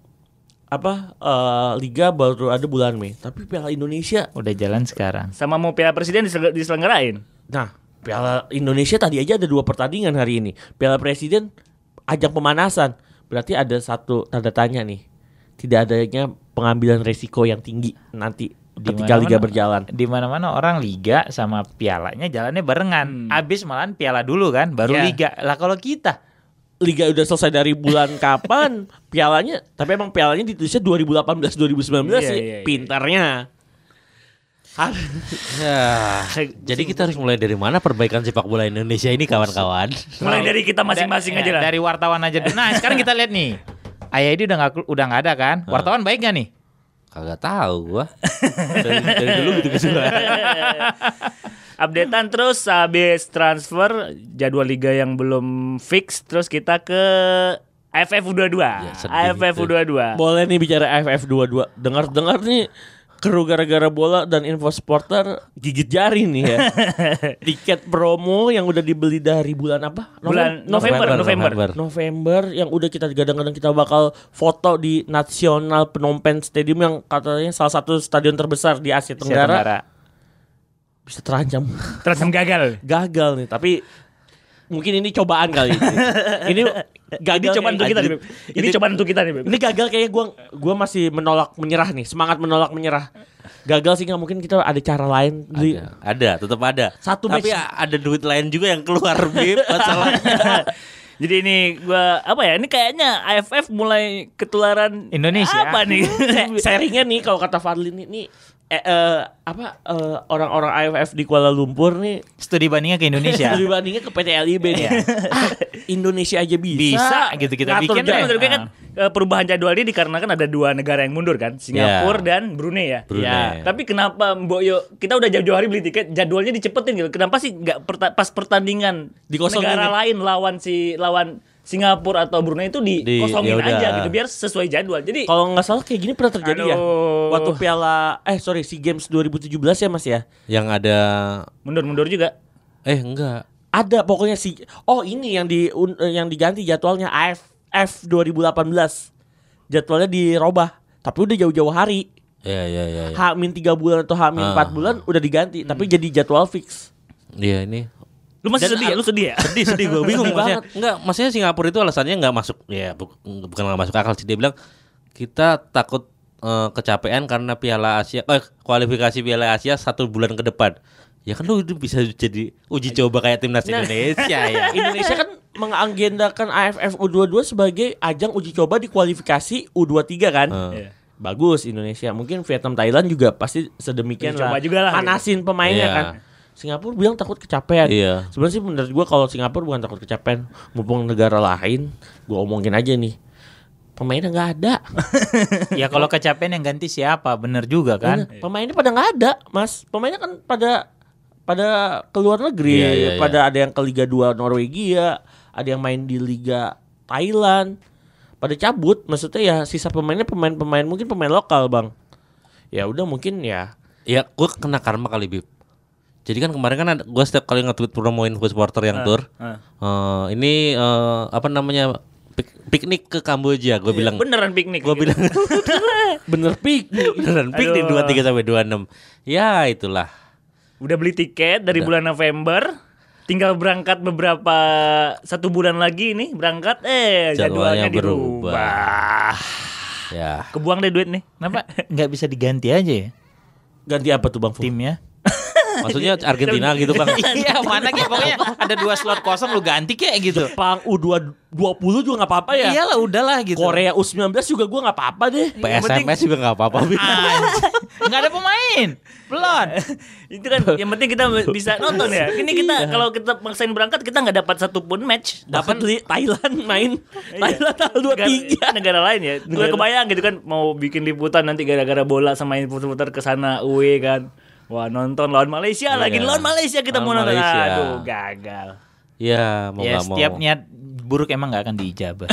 [SPEAKER 2] apa eh, liga baru ada bulan Mei, tapi Piala Indonesia.
[SPEAKER 3] Udah jalan sekarang.
[SPEAKER 4] Sama mau Piala Presiden diseleng- diselenggarain.
[SPEAKER 2] Nah, Piala Indonesia tadi aja ada dua pertandingan hari ini. Piala Presiden ajang pemanasan. Berarti ada satu tanda tanya nih. Tidak adanya pengambilan resiko yang tinggi nanti ketika
[SPEAKER 3] mana-mana-
[SPEAKER 2] liga berjalan.
[SPEAKER 3] Di mana-mana orang liga sama pialanya jalannya barengan.
[SPEAKER 2] Hmm.
[SPEAKER 3] Abis malahan piala dulu kan,
[SPEAKER 2] Iya.
[SPEAKER 3] baru
[SPEAKER 4] Ya.
[SPEAKER 3] liga. Lah kalau kita
[SPEAKER 2] Liga udah selesai dari
[SPEAKER 4] [laughs]
[SPEAKER 2] bulan kapan? Pialanya, tapi emang pialanya ditulisnya 2018 2019
[SPEAKER 4] Iya,
[SPEAKER 2] sih.
[SPEAKER 4] iya, iya.
[SPEAKER 2] Pintarnya. Har-
[SPEAKER 1] Ya, jadi kita harus mulai dari mana perbaikan sepak bola Indonesia ini kawan-kawan?
[SPEAKER 4] Mulai dari kita masing-masing
[SPEAKER 3] Da-
[SPEAKER 4] aja
[SPEAKER 3] ya,
[SPEAKER 4] lah.
[SPEAKER 3] Dari wartawan aja dulu. Nah, sekarang kita lihat nih. Ayah udah nggak udah nggak ada kan? Wartawan baik gak nih?
[SPEAKER 1] Kagak tahu gua. [laughs] Dari, dari dulu gitu kan. gitu-gitu lah.
[SPEAKER 4] Updatean terus habis transfer jadwal liga yang belum fix terus kita ke AFF U22.
[SPEAKER 1] Ya, sedih
[SPEAKER 4] AFF
[SPEAKER 1] itu.
[SPEAKER 4] U22.
[SPEAKER 2] Boleh nih bicara AFF 22. Dengar-dengar nih keru gara-gara bola dan info sporter gigit jari nih ya. Tiket promo yang udah dibeli dari bulan apa? Novem-
[SPEAKER 4] Bulan November,
[SPEAKER 1] November,
[SPEAKER 4] November.
[SPEAKER 1] November.
[SPEAKER 2] November yang udah kita kadang-kadang kita bakal foto di National Phnom Penh Stadium yang katanya salah satu stadion terbesar di Asia
[SPEAKER 3] Asia
[SPEAKER 2] Tenggara, bisa terancam
[SPEAKER 4] Terus gagal.
[SPEAKER 2] gagal nih tapi mungkin ini cobaan kali ini. ini
[SPEAKER 4] Ini
[SPEAKER 2] gagal kayak
[SPEAKER 4] cobaan untuk kita nih.
[SPEAKER 2] anjir.
[SPEAKER 4] Beb. Ini cobaan untuk kita nih, Beb.
[SPEAKER 2] Ini gagal kayaknya gua gua masih menolak menyerah nih, semangat menolak menyerah. Gagal sih nggak mungkin kita ada cara lain. Beli.
[SPEAKER 1] Ada, ada, tetap ada.
[SPEAKER 2] Satu
[SPEAKER 1] Tapi
[SPEAKER 2] [laughs] match.
[SPEAKER 1] a- ada duit lain juga yang keluar bib masalahnya.
[SPEAKER 4] Jadi ini gua apa ya? Ini kayaknya AFF mulai ketularan
[SPEAKER 3] Indonesia.
[SPEAKER 4] Apa nih?
[SPEAKER 2] Se- eh, Sharingnya nih kalau kata Fadli nih, nih eh, eh, apa eh, orang-orang AFF di Kuala Lumpur nih
[SPEAKER 3] Studi bandingnya ke
[SPEAKER 2] [laughs]
[SPEAKER 3] Indonesia.
[SPEAKER 2] lebih bandingnya ke PT LIB nih. [laughs] Ah, Indonesia aja bisa.
[SPEAKER 3] Bisa, gitu kita
[SPEAKER 2] Nah, Ngatur
[SPEAKER 4] Tapi
[SPEAKER 3] bikin
[SPEAKER 2] jam.
[SPEAKER 3] deh. Nah,
[SPEAKER 4] menurut gue kan eh, perubahan jadwal ini dikarenakan ada dua negara yang mundur kan, Singapura dan Brunei ya.
[SPEAKER 1] Brunei.
[SPEAKER 4] Ya. Tapi kenapa Mboyo kita udah jauh-jauh hari beli tiket, jadwalnya dicepetin gitu. Kenapa sih nggak perta- pas pertandingan
[SPEAKER 2] Dikosongin
[SPEAKER 4] negara
[SPEAKER 2] ya?
[SPEAKER 4] lain lawan si lawan Singapura atau Brunei itu
[SPEAKER 1] Di-
[SPEAKER 4] dikosongin
[SPEAKER 1] yaudah.
[SPEAKER 4] aja gitu biar sesuai jadwal. Jadi
[SPEAKER 2] Kalau nggak salah kayak gini pernah terjadi ya.
[SPEAKER 4] Aduh.
[SPEAKER 2] Waktu Piala eh sorry SEA Games 2017 ya Mas ya.
[SPEAKER 1] yang ada
[SPEAKER 4] mundur-mundur juga.
[SPEAKER 1] eh enggak.
[SPEAKER 2] Ada pokoknya si Oh, ini yang di un- eh, yang diganti jadwalnya AFF 2018. Jadwalnya dirobah, tapi udah jauh-jauh hari.
[SPEAKER 1] Ya ya ya. ya.
[SPEAKER 2] Hamin 3 bulan atau Hamin
[SPEAKER 1] Ah. Hmm.
[SPEAKER 2] 4 bulan udah diganti, tapi jadi jadwal fix.
[SPEAKER 1] Iya ini
[SPEAKER 4] Lu masih
[SPEAKER 1] Dan
[SPEAKER 4] sedih, ya? lu sedih ya?
[SPEAKER 1] sedih sedih gue bingung
[SPEAKER 2] Sedih
[SPEAKER 1] maksudnya enggak maksudnya Singapura itu alasannya nggak masuk ya bu- bukan nggak masuk akal sih dia bilang kita takut eh, kecapean karena Piala Asia eh, kualifikasi Piala Asia satu bulan ke depan ya kan lu itu bisa jadi uji coba kayak timnas Indonesia [laughs] ya
[SPEAKER 2] Indonesia kan mengagendakan AFF U22 sebagai ajang uji coba di kualifikasi U23 kan.
[SPEAKER 1] Heeh.
[SPEAKER 2] Bagus Indonesia. Mungkin Vietnam Thailand juga pasti sedemikian
[SPEAKER 4] Uji coba
[SPEAKER 2] lah.
[SPEAKER 4] juga lah, gitu.
[SPEAKER 2] Panasin pemainnya
[SPEAKER 1] Iya.
[SPEAKER 2] kan. Singapura bilang takut kecapean.
[SPEAKER 1] Iya.
[SPEAKER 2] Sebenarnya sih menurut gua kalau Singapura bukan takut kecapean, mumpung negara lain, gua omongin aja nih. Pemainnya nggak ada.
[SPEAKER 3] ya kalau kecapean yang ganti siapa? Bener juga kan?
[SPEAKER 2] Iya. Pemainnya pada nggak ada, Mas. Pemainnya kan pada pada keluar negeri,
[SPEAKER 1] Iya, iya, iya.
[SPEAKER 2] pada ada yang ke Liga 2 Norwegia, ada yang main di Liga Thailand. Pada cabut, maksudnya ya sisa pemainnya pemain-pemain mungkin pemain lokal, Bang. Ya udah mungkin ya.
[SPEAKER 1] ya gue kena karma kali bib jadi kan kemarin kan gue setiap kali nge-tweet promoin gue supporter yang tour eh, ini eh, apa namanya pik- piknik ke Kamboja gue bilang
[SPEAKER 4] [laughs] Beneran piknik.
[SPEAKER 1] gue bilang
[SPEAKER 2] Bener pik.
[SPEAKER 1] beneran piknik
[SPEAKER 4] Aduh.
[SPEAKER 1] 23 sampai 26 ya itulah
[SPEAKER 4] Udah beli tiket dari bulan November, tinggal berangkat beberapa satu bulan lagi nih berangkat eh
[SPEAKER 1] Jadwalnya
[SPEAKER 4] jadwalnya, dirubah.
[SPEAKER 1] ya
[SPEAKER 4] Kebuang deh duit nih.
[SPEAKER 3] Kenapa nggak bisa diganti aja ya
[SPEAKER 2] Ganti apa tuh Bang Fu?
[SPEAKER 3] timnya?
[SPEAKER 2] [laughs]
[SPEAKER 1] Maksudnya Argentina gitu kan.
[SPEAKER 3] Iya mana kayak pokoknya ada dua slot kosong lu ganti kayak gitu.
[SPEAKER 2] Jepang U20 juga nggak apa-apa ya.
[SPEAKER 3] Iyalah udahlah gitu.
[SPEAKER 2] Korea U19 juga gue nggak apa-apa deh.
[SPEAKER 1] PSMS juga nggak apa-apa. Bi.
[SPEAKER 3] Enggak ada pemain. Belum.
[SPEAKER 4] itu kan yang penting [laughs] kita bisa nonton ya. Ini kita kalau kita maksain berangkat kita nggak dapat satupun match.
[SPEAKER 2] Dapat li- Thailand main
[SPEAKER 3] Iya.
[SPEAKER 2] Thailand tanggal
[SPEAKER 4] Negara-
[SPEAKER 2] 23.
[SPEAKER 4] negara lain ya. Gue kebayang gitu kan mau bikin liputan nanti gara-gara bola sama yang putar-putar ke sana UE kan. Wah, nonton lawan Malaysia lagi. Iya. Lawan Malaysia kita mau
[SPEAKER 1] Lawan
[SPEAKER 4] nonton.
[SPEAKER 1] Malaysia.
[SPEAKER 4] Aduh, gagal.
[SPEAKER 1] Iya mau
[SPEAKER 3] Ya
[SPEAKER 1] nggak mau.
[SPEAKER 3] setiap niat buruk emang nggak akan diijabah.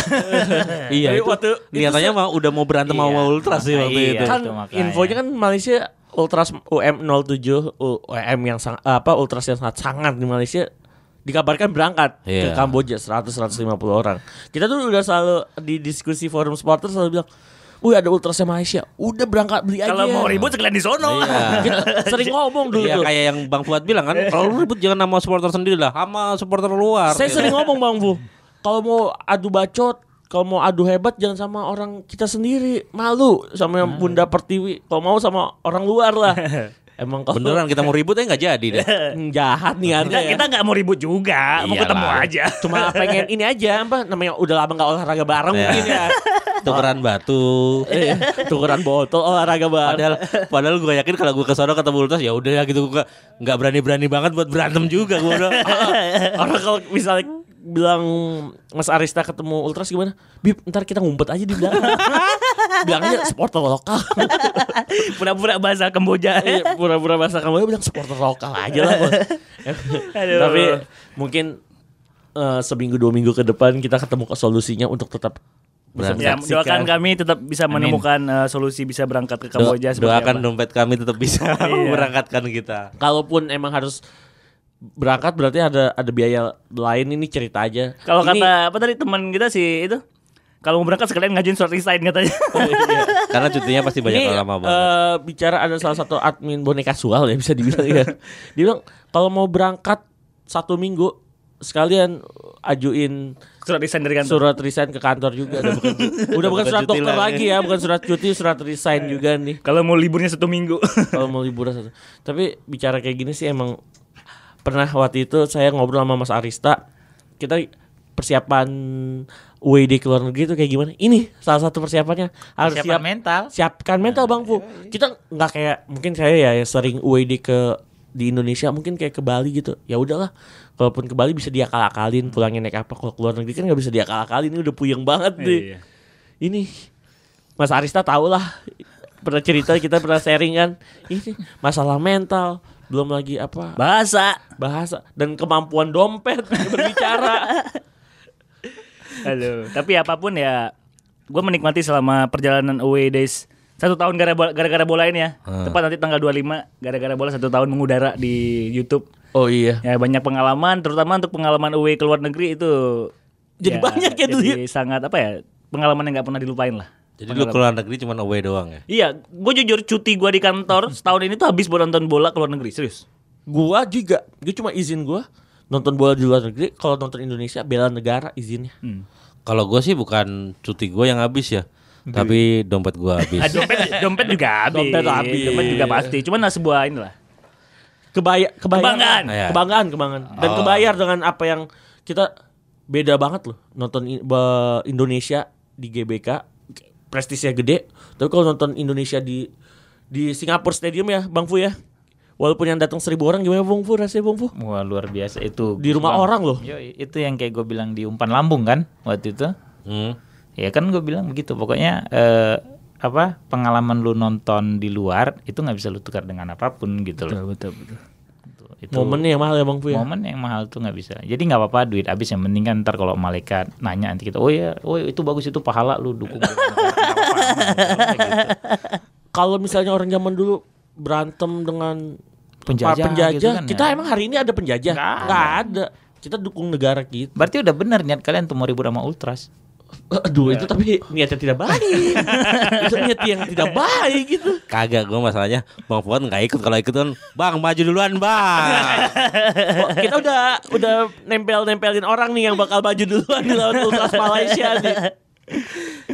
[SPEAKER 1] Iya
[SPEAKER 2] Tapi
[SPEAKER 1] itu.
[SPEAKER 2] waktu- itu
[SPEAKER 1] Niatannya mah udah mau berantem sama
[SPEAKER 3] Iya.
[SPEAKER 1] Ultras sih waktu
[SPEAKER 3] Iya.
[SPEAKER 1] itu.
[SPEAKER 2] kan
[SPEAKER 3] itu makanya.
[SPEAKER 2] infonya kan Malaysia Ultras UM 07 U- UM yang sang, apa Ultras yang sangat sangat di Malaysia dikabarkan berangkat ke
[SPEAKER 1] Iya.
[SPEAKER 2] Kamboja 100 150 orang. Kita tuh udah selalu di diskusi forum supporter selalu bilang, "Wih, ada Ultrasnya Malaysia. Udah berangkat beli aja."
[SPEAKER 4] Kalau mau ribut sekalian di sono.
[SPEAKER 1] Iya.
[SPEAKER 2] Kita sering ngomong dulu
[SPEAKER 1] Iya
[SPEAKER 2] tuh.
[SPEAKER 1] kayak yang Bang Fuad bilang kan kalau lu ribut jangan sama supporter sendiri lah sama supporter luar.
[SPEAKER 2] Saya
[SPEAKER 1] gitu.
[SPEAKER 2] sering ngomong Bang Bu, kalau mau adu bacot, kalau mau adu hebat jangan sama orang kita sendiri, malu sama yang Bunda Pertiwi. Kalau mau sama orang luar [laughs] lah. Emang kalau
[SPEAKER 1] beneran kita mau ribut aja nggak jadi deh.
[SPEAKER 2] Hmm, jahat nih Anda
[SPEAKER 4] Nggak,
[SPEAKER 2] ya.
[SPEAKER 4] kita nggak mau ribut juga, mau
[SPEAKER 1] Iyalah.
[SPEAKER 4] ketemu aja.
[SPEAKER 2] [laughs] cuma pengen ini aja apa namanya udah lama nggak olahraga bareng
[SPEAKER 1] Ya.
[SPEAKER 2] mungkin [laughs] ya.
[SPEAKER 1] Tukeran batu.
[SPEAKER 2] Eh, tukeran botol olahraga bareng.
[SPEAKER 1] Padahal, padahal gue yakin kalau gue kesana ketemu Ultras ya udah ya gitu gue nggak berani-berani banget buat berantem juga gue udah.
[SPEAKER 2] Orang kalau misalnya bilang Mas Arista ketemu Ultras gimana? Bib, ntar kita ngumpet aja di [laughs] belakang. Bilangnya supporter lokal.
[SPEAKER 4] Pura-pura bahasa Kemboja.
[SPEAKER 2] Iya, pura-pura bahasa kamu bilang supporter lokal aja lah. Bos.
[SPEAKER 4] Aduh.
[SPEAKER 2] Tapi mungkin eh, seminggu dua minggu ke depan kita ketemu ke solusinya untuk tetap bisa
[SPEAKER 4] Ya,
[SPEAKER 2] menyaksikan.
[SPEAKER 4] doakan kami tetap bisa menemukan eh, solusi bisa berangkat ke
[SPEAKER 1] Do-
[SPEAKER 4] Kamboja seperti
[SPEAKER 1] doakan
[SPEAKER 4] apa.
[SPEAKER 1] dompet kami tetap bisa
[SPEAKER 2] Iya.
[SPEAKER 1] berangkatkan kita.
[SPEAKER 2] kalaupun emang harus berangkat berarti ada ada biaya lain ini cerita aja.
[SPEAKER 4] Kalau
[SPEAKER 2] Ini-
[SPEAKER 4] kata apa tadi teman kita sih itu kalau mau berangkat sekalian ngajuin surat resign katanya.
[SPEAKER 2] Oh, iya.
[SPEAKER 1] Karena cutinya pasti banyak
[SPEAKER 2] ini,
[SPEAKER 1] lama banget.
[SPEAKER 2] eh, bicara ada salah satu admin boneka kasual ya bisa dibilang ya. Dia bilang kalau mau berangkat satu minggu sekalian ajuin
[SPEAKER 4] [laughs] surat resign dari kantor.
[SPEAKER 2] surat resign ke kantor juga udah bukan,
[SPEAKER 1] [laughs]
[SPEAKER 2] udah bukan
[SPEAKER 1] Kan. Bukan
[SPEAKER 2] surat
[SPEAKER 1] cuti
[SPEAKER 2] dokter
[SPEAKER 1] lagi. Iya.
[SPEAKER 2] lagi ya, bukan surat cuti, surat resign juga nih.
[SPEAKER 4] Kalau mau liburnya satu
[SPEAKER 2] [laughs]
[SPEAKER 4] minggu.
[SPEAKER 2] kalau mau liburan satu. Tapi bicara kayak gini sih emang pernah waktu itu saya ngobrol sama Mas Arista, kita persiapan WD ke luar negeri itu kayak gimana? Ini salah satu persiapannya harus
[SPEAKER 3] Siapa
[SPEAKER 2] siap,
[SPEAKER 3] mental?
[SPEAKER 2] siapkan
[SPEAKER 4] Nah,
[SPEAKER 2] mental Bang
[SPEAKER 4] iya,
[SPEAKER 2] Fu. Kita nggak kayak mungkin saya ya yang sering WD ke di Indonesia mungkin kayak ke Bali gitu. Ya udahlah, kalaupun ke Bali bisa diakal-akalin pulangnya naik apa kalau ke luar negeri kan nggak bisa diakal-akalin ini udah puyeng banget nih
[SPEAKER 4] Iya.
[SPEAKER 2] ini Mas Arista tau lah pernah cerita kita pernah sharing kan ini masalah mental belum lagi apa
[SPEAKER 4] Bahasa.
[SPEAKER 2] bahasa dan kemampuan dompet [laughs] berbicara
[SPEAKER 4] Halo. Tapi apapun ya gue menikmati selama perjalanan away days satu tahun gara- gara-gara bola ini ya. Tepat nanti tanggal 25 gara-gara bola satu tahun mengudara di YouTube.
[SPEAKER 2] oh iya
[SPEAKER 4] Ya banyak pengalaman terutama untuk pengalaman away ke luar negeri itu
[SPEAKER 2] Jadi banyak ya
[SPEAKER 4] jadi sangat apa ya pengalaman yang nggak pernah dilupain lah.
[SPEAKER 1] Jadi lu ke luar negeri cuma away doang ya.
[SPEAKER 4] Iya, gue jujur cuti gue di [laughs] kantor setahun ini tuh habis buat nonton bola ke luar negeri serius.
[SPEAKER 2] gua juga gua cuma izin gua nonton bola di luar negeri kalau nonton Indonesia bela negara izinnya
[SPEAKER 4] Hmm.
[SPEAKER 1] Kalau gue sih bukan cuti gue yang habis ya, tapi dompet gue habis.
[SPEAKER 4] Ah, dompet, dompet [laughs] juga habis.
[SPEAKER 2] Dompet habis.
[SPEAKER 4] Dompet juga pasti. Cuman nah, sebuah inilah.
[SPEAKER 2] kebaya kebayaan
[SPEAKER 4] Kebanggaan.
[SPEAKER 1] Iya.
[SPEAKER 2] kebanggaan kebanggaan dan
[SPEAKER 3] Oh.
[SPEAKER 2] kebayar dengan apa yang kita beda banget loh nonton in- be- Indonesia di GBK prestisnya gede tapi kalau nonton Indonesia di di Singapura Stadium ya Bang Fu ya walaupun yang datang seribu orang gimana Bang Fu rasanya Bang Fu
[SPEAKER 3] Wah luar biasa itu.
[SPEAKER 2] di rumah orang loh
[SPEAKER 3] Yoi, itu yang kayak gue bilang di umpan lambung kan waktu itu.
[SPEAKER 1] Hmm.
[SPEAKER 3] Ya kan gue bilang begitu. Pokoknya eh, apa pengalaman lu nonton di luar itu nggak bisa lu tukar dengan apapun gitu loh. Betul betul. Itu,
[SPEAKER 2] momennya yang mahal ya Bang Fu ya
[SPEAKER 3] momen yang mahal tuh nggak bisa. Jadi nggak apa-apa duit habis yang penting kan ntar kalau malaikat nanya nanti kita, oh ya, oh itu bagus itu pahala lu dukung. Nggak apa-apa, nggak apa-apa, gitu.
[SPEAKER 2] kalau misalnya orang zaman dulu berantem dengan
[SPEAKER 3] Penjajah
[SPEAKER 2] para penjajah
[SPEAKER 3] gitu kan ya.
[SPEAKER 2] kita emang hari ini ada penjajah
[SPEAKER 3] Nggak
[SPEAKER 2] nggak ada kita dukung negara kita
[SPEAKER 3] Berarti udah bener niat kalian tuh mau ribut sama ultras.
[SPEAKER 2] Aduh itu tapi niatnya tidak baik Itu niat yang tidak baik gitu
[SPEAKER 1] Kagak gue masalahnya Bang Fuad nggak ikut kalau ikut kan Bang maju duluan bang.
[SPEAKER 2] Kok Kita udah udah nempel-nempelin orang nih yang bakal maju duluan di lawan Ultras Malaysia nih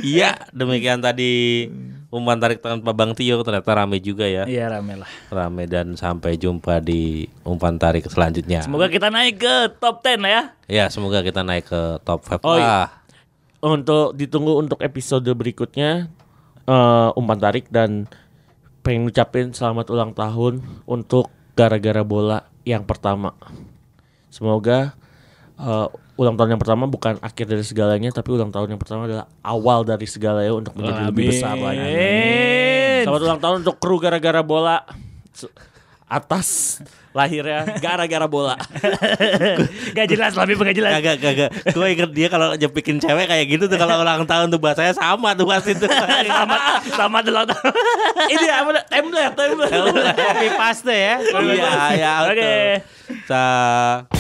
[SPEAKER 1] Iya demikian tadi umpan tarik tanpa Bang Tio ternyata rame juga ya.
[SPEAKER 4] Iya rame lah.
[SPEAKER 1] Rame dan sampai jumpa di umpan tarik selanjutnya.
[SPEAKER 4] Semoga kita naik ke top 10 lah ya.
[SPEAKER 1] Ya, semoga kita naik ke top 5
[SPEAKER 2] Oh, iya.
[SPEAKER 1] lah.
[SPEAKER 2] Untuk ditunggu untuk episode berikutnya eh, umpan tarik dan pengen ngucapin selamat ulang tahun untuk gara-gara bola yang pertama. Semoga eh, ulang tahun yang pertama bukan akhir dari segalanya tapi ulang tahun yang pertama adalah awal dari segalanya untuk menjadi lebih besar lagi. Selamat ulang tahun untuk kru gara-gara bola Su- atas lahirnya gara-gara bola.
[SPEAKER 4] Gak jelas lah, Bib, gak jelas.
[SPEAKER 1] Kagak kagak. Gue inget dia kalau nyepikin cewek kayak gitu tuh kalau ulang tahun tuh bahasanya sama tuh pasti
[SPEAKER 2] [laughs]
[SPEAKER 1] tuh.
[SPEAKER 4] Selamat, selamat ulang [laughs] tahun.
[SPEAKER 2] Ini apa?
[SPEAKER 4] ya,
[SPEAKER 2] Template, template. gitu.
[SPEAKER 3] Copy paste ya.
[SPEAKER 1] iya, ya.
[SPEAKER 4] Oke.
[SPEAKER 1] Oke. Sa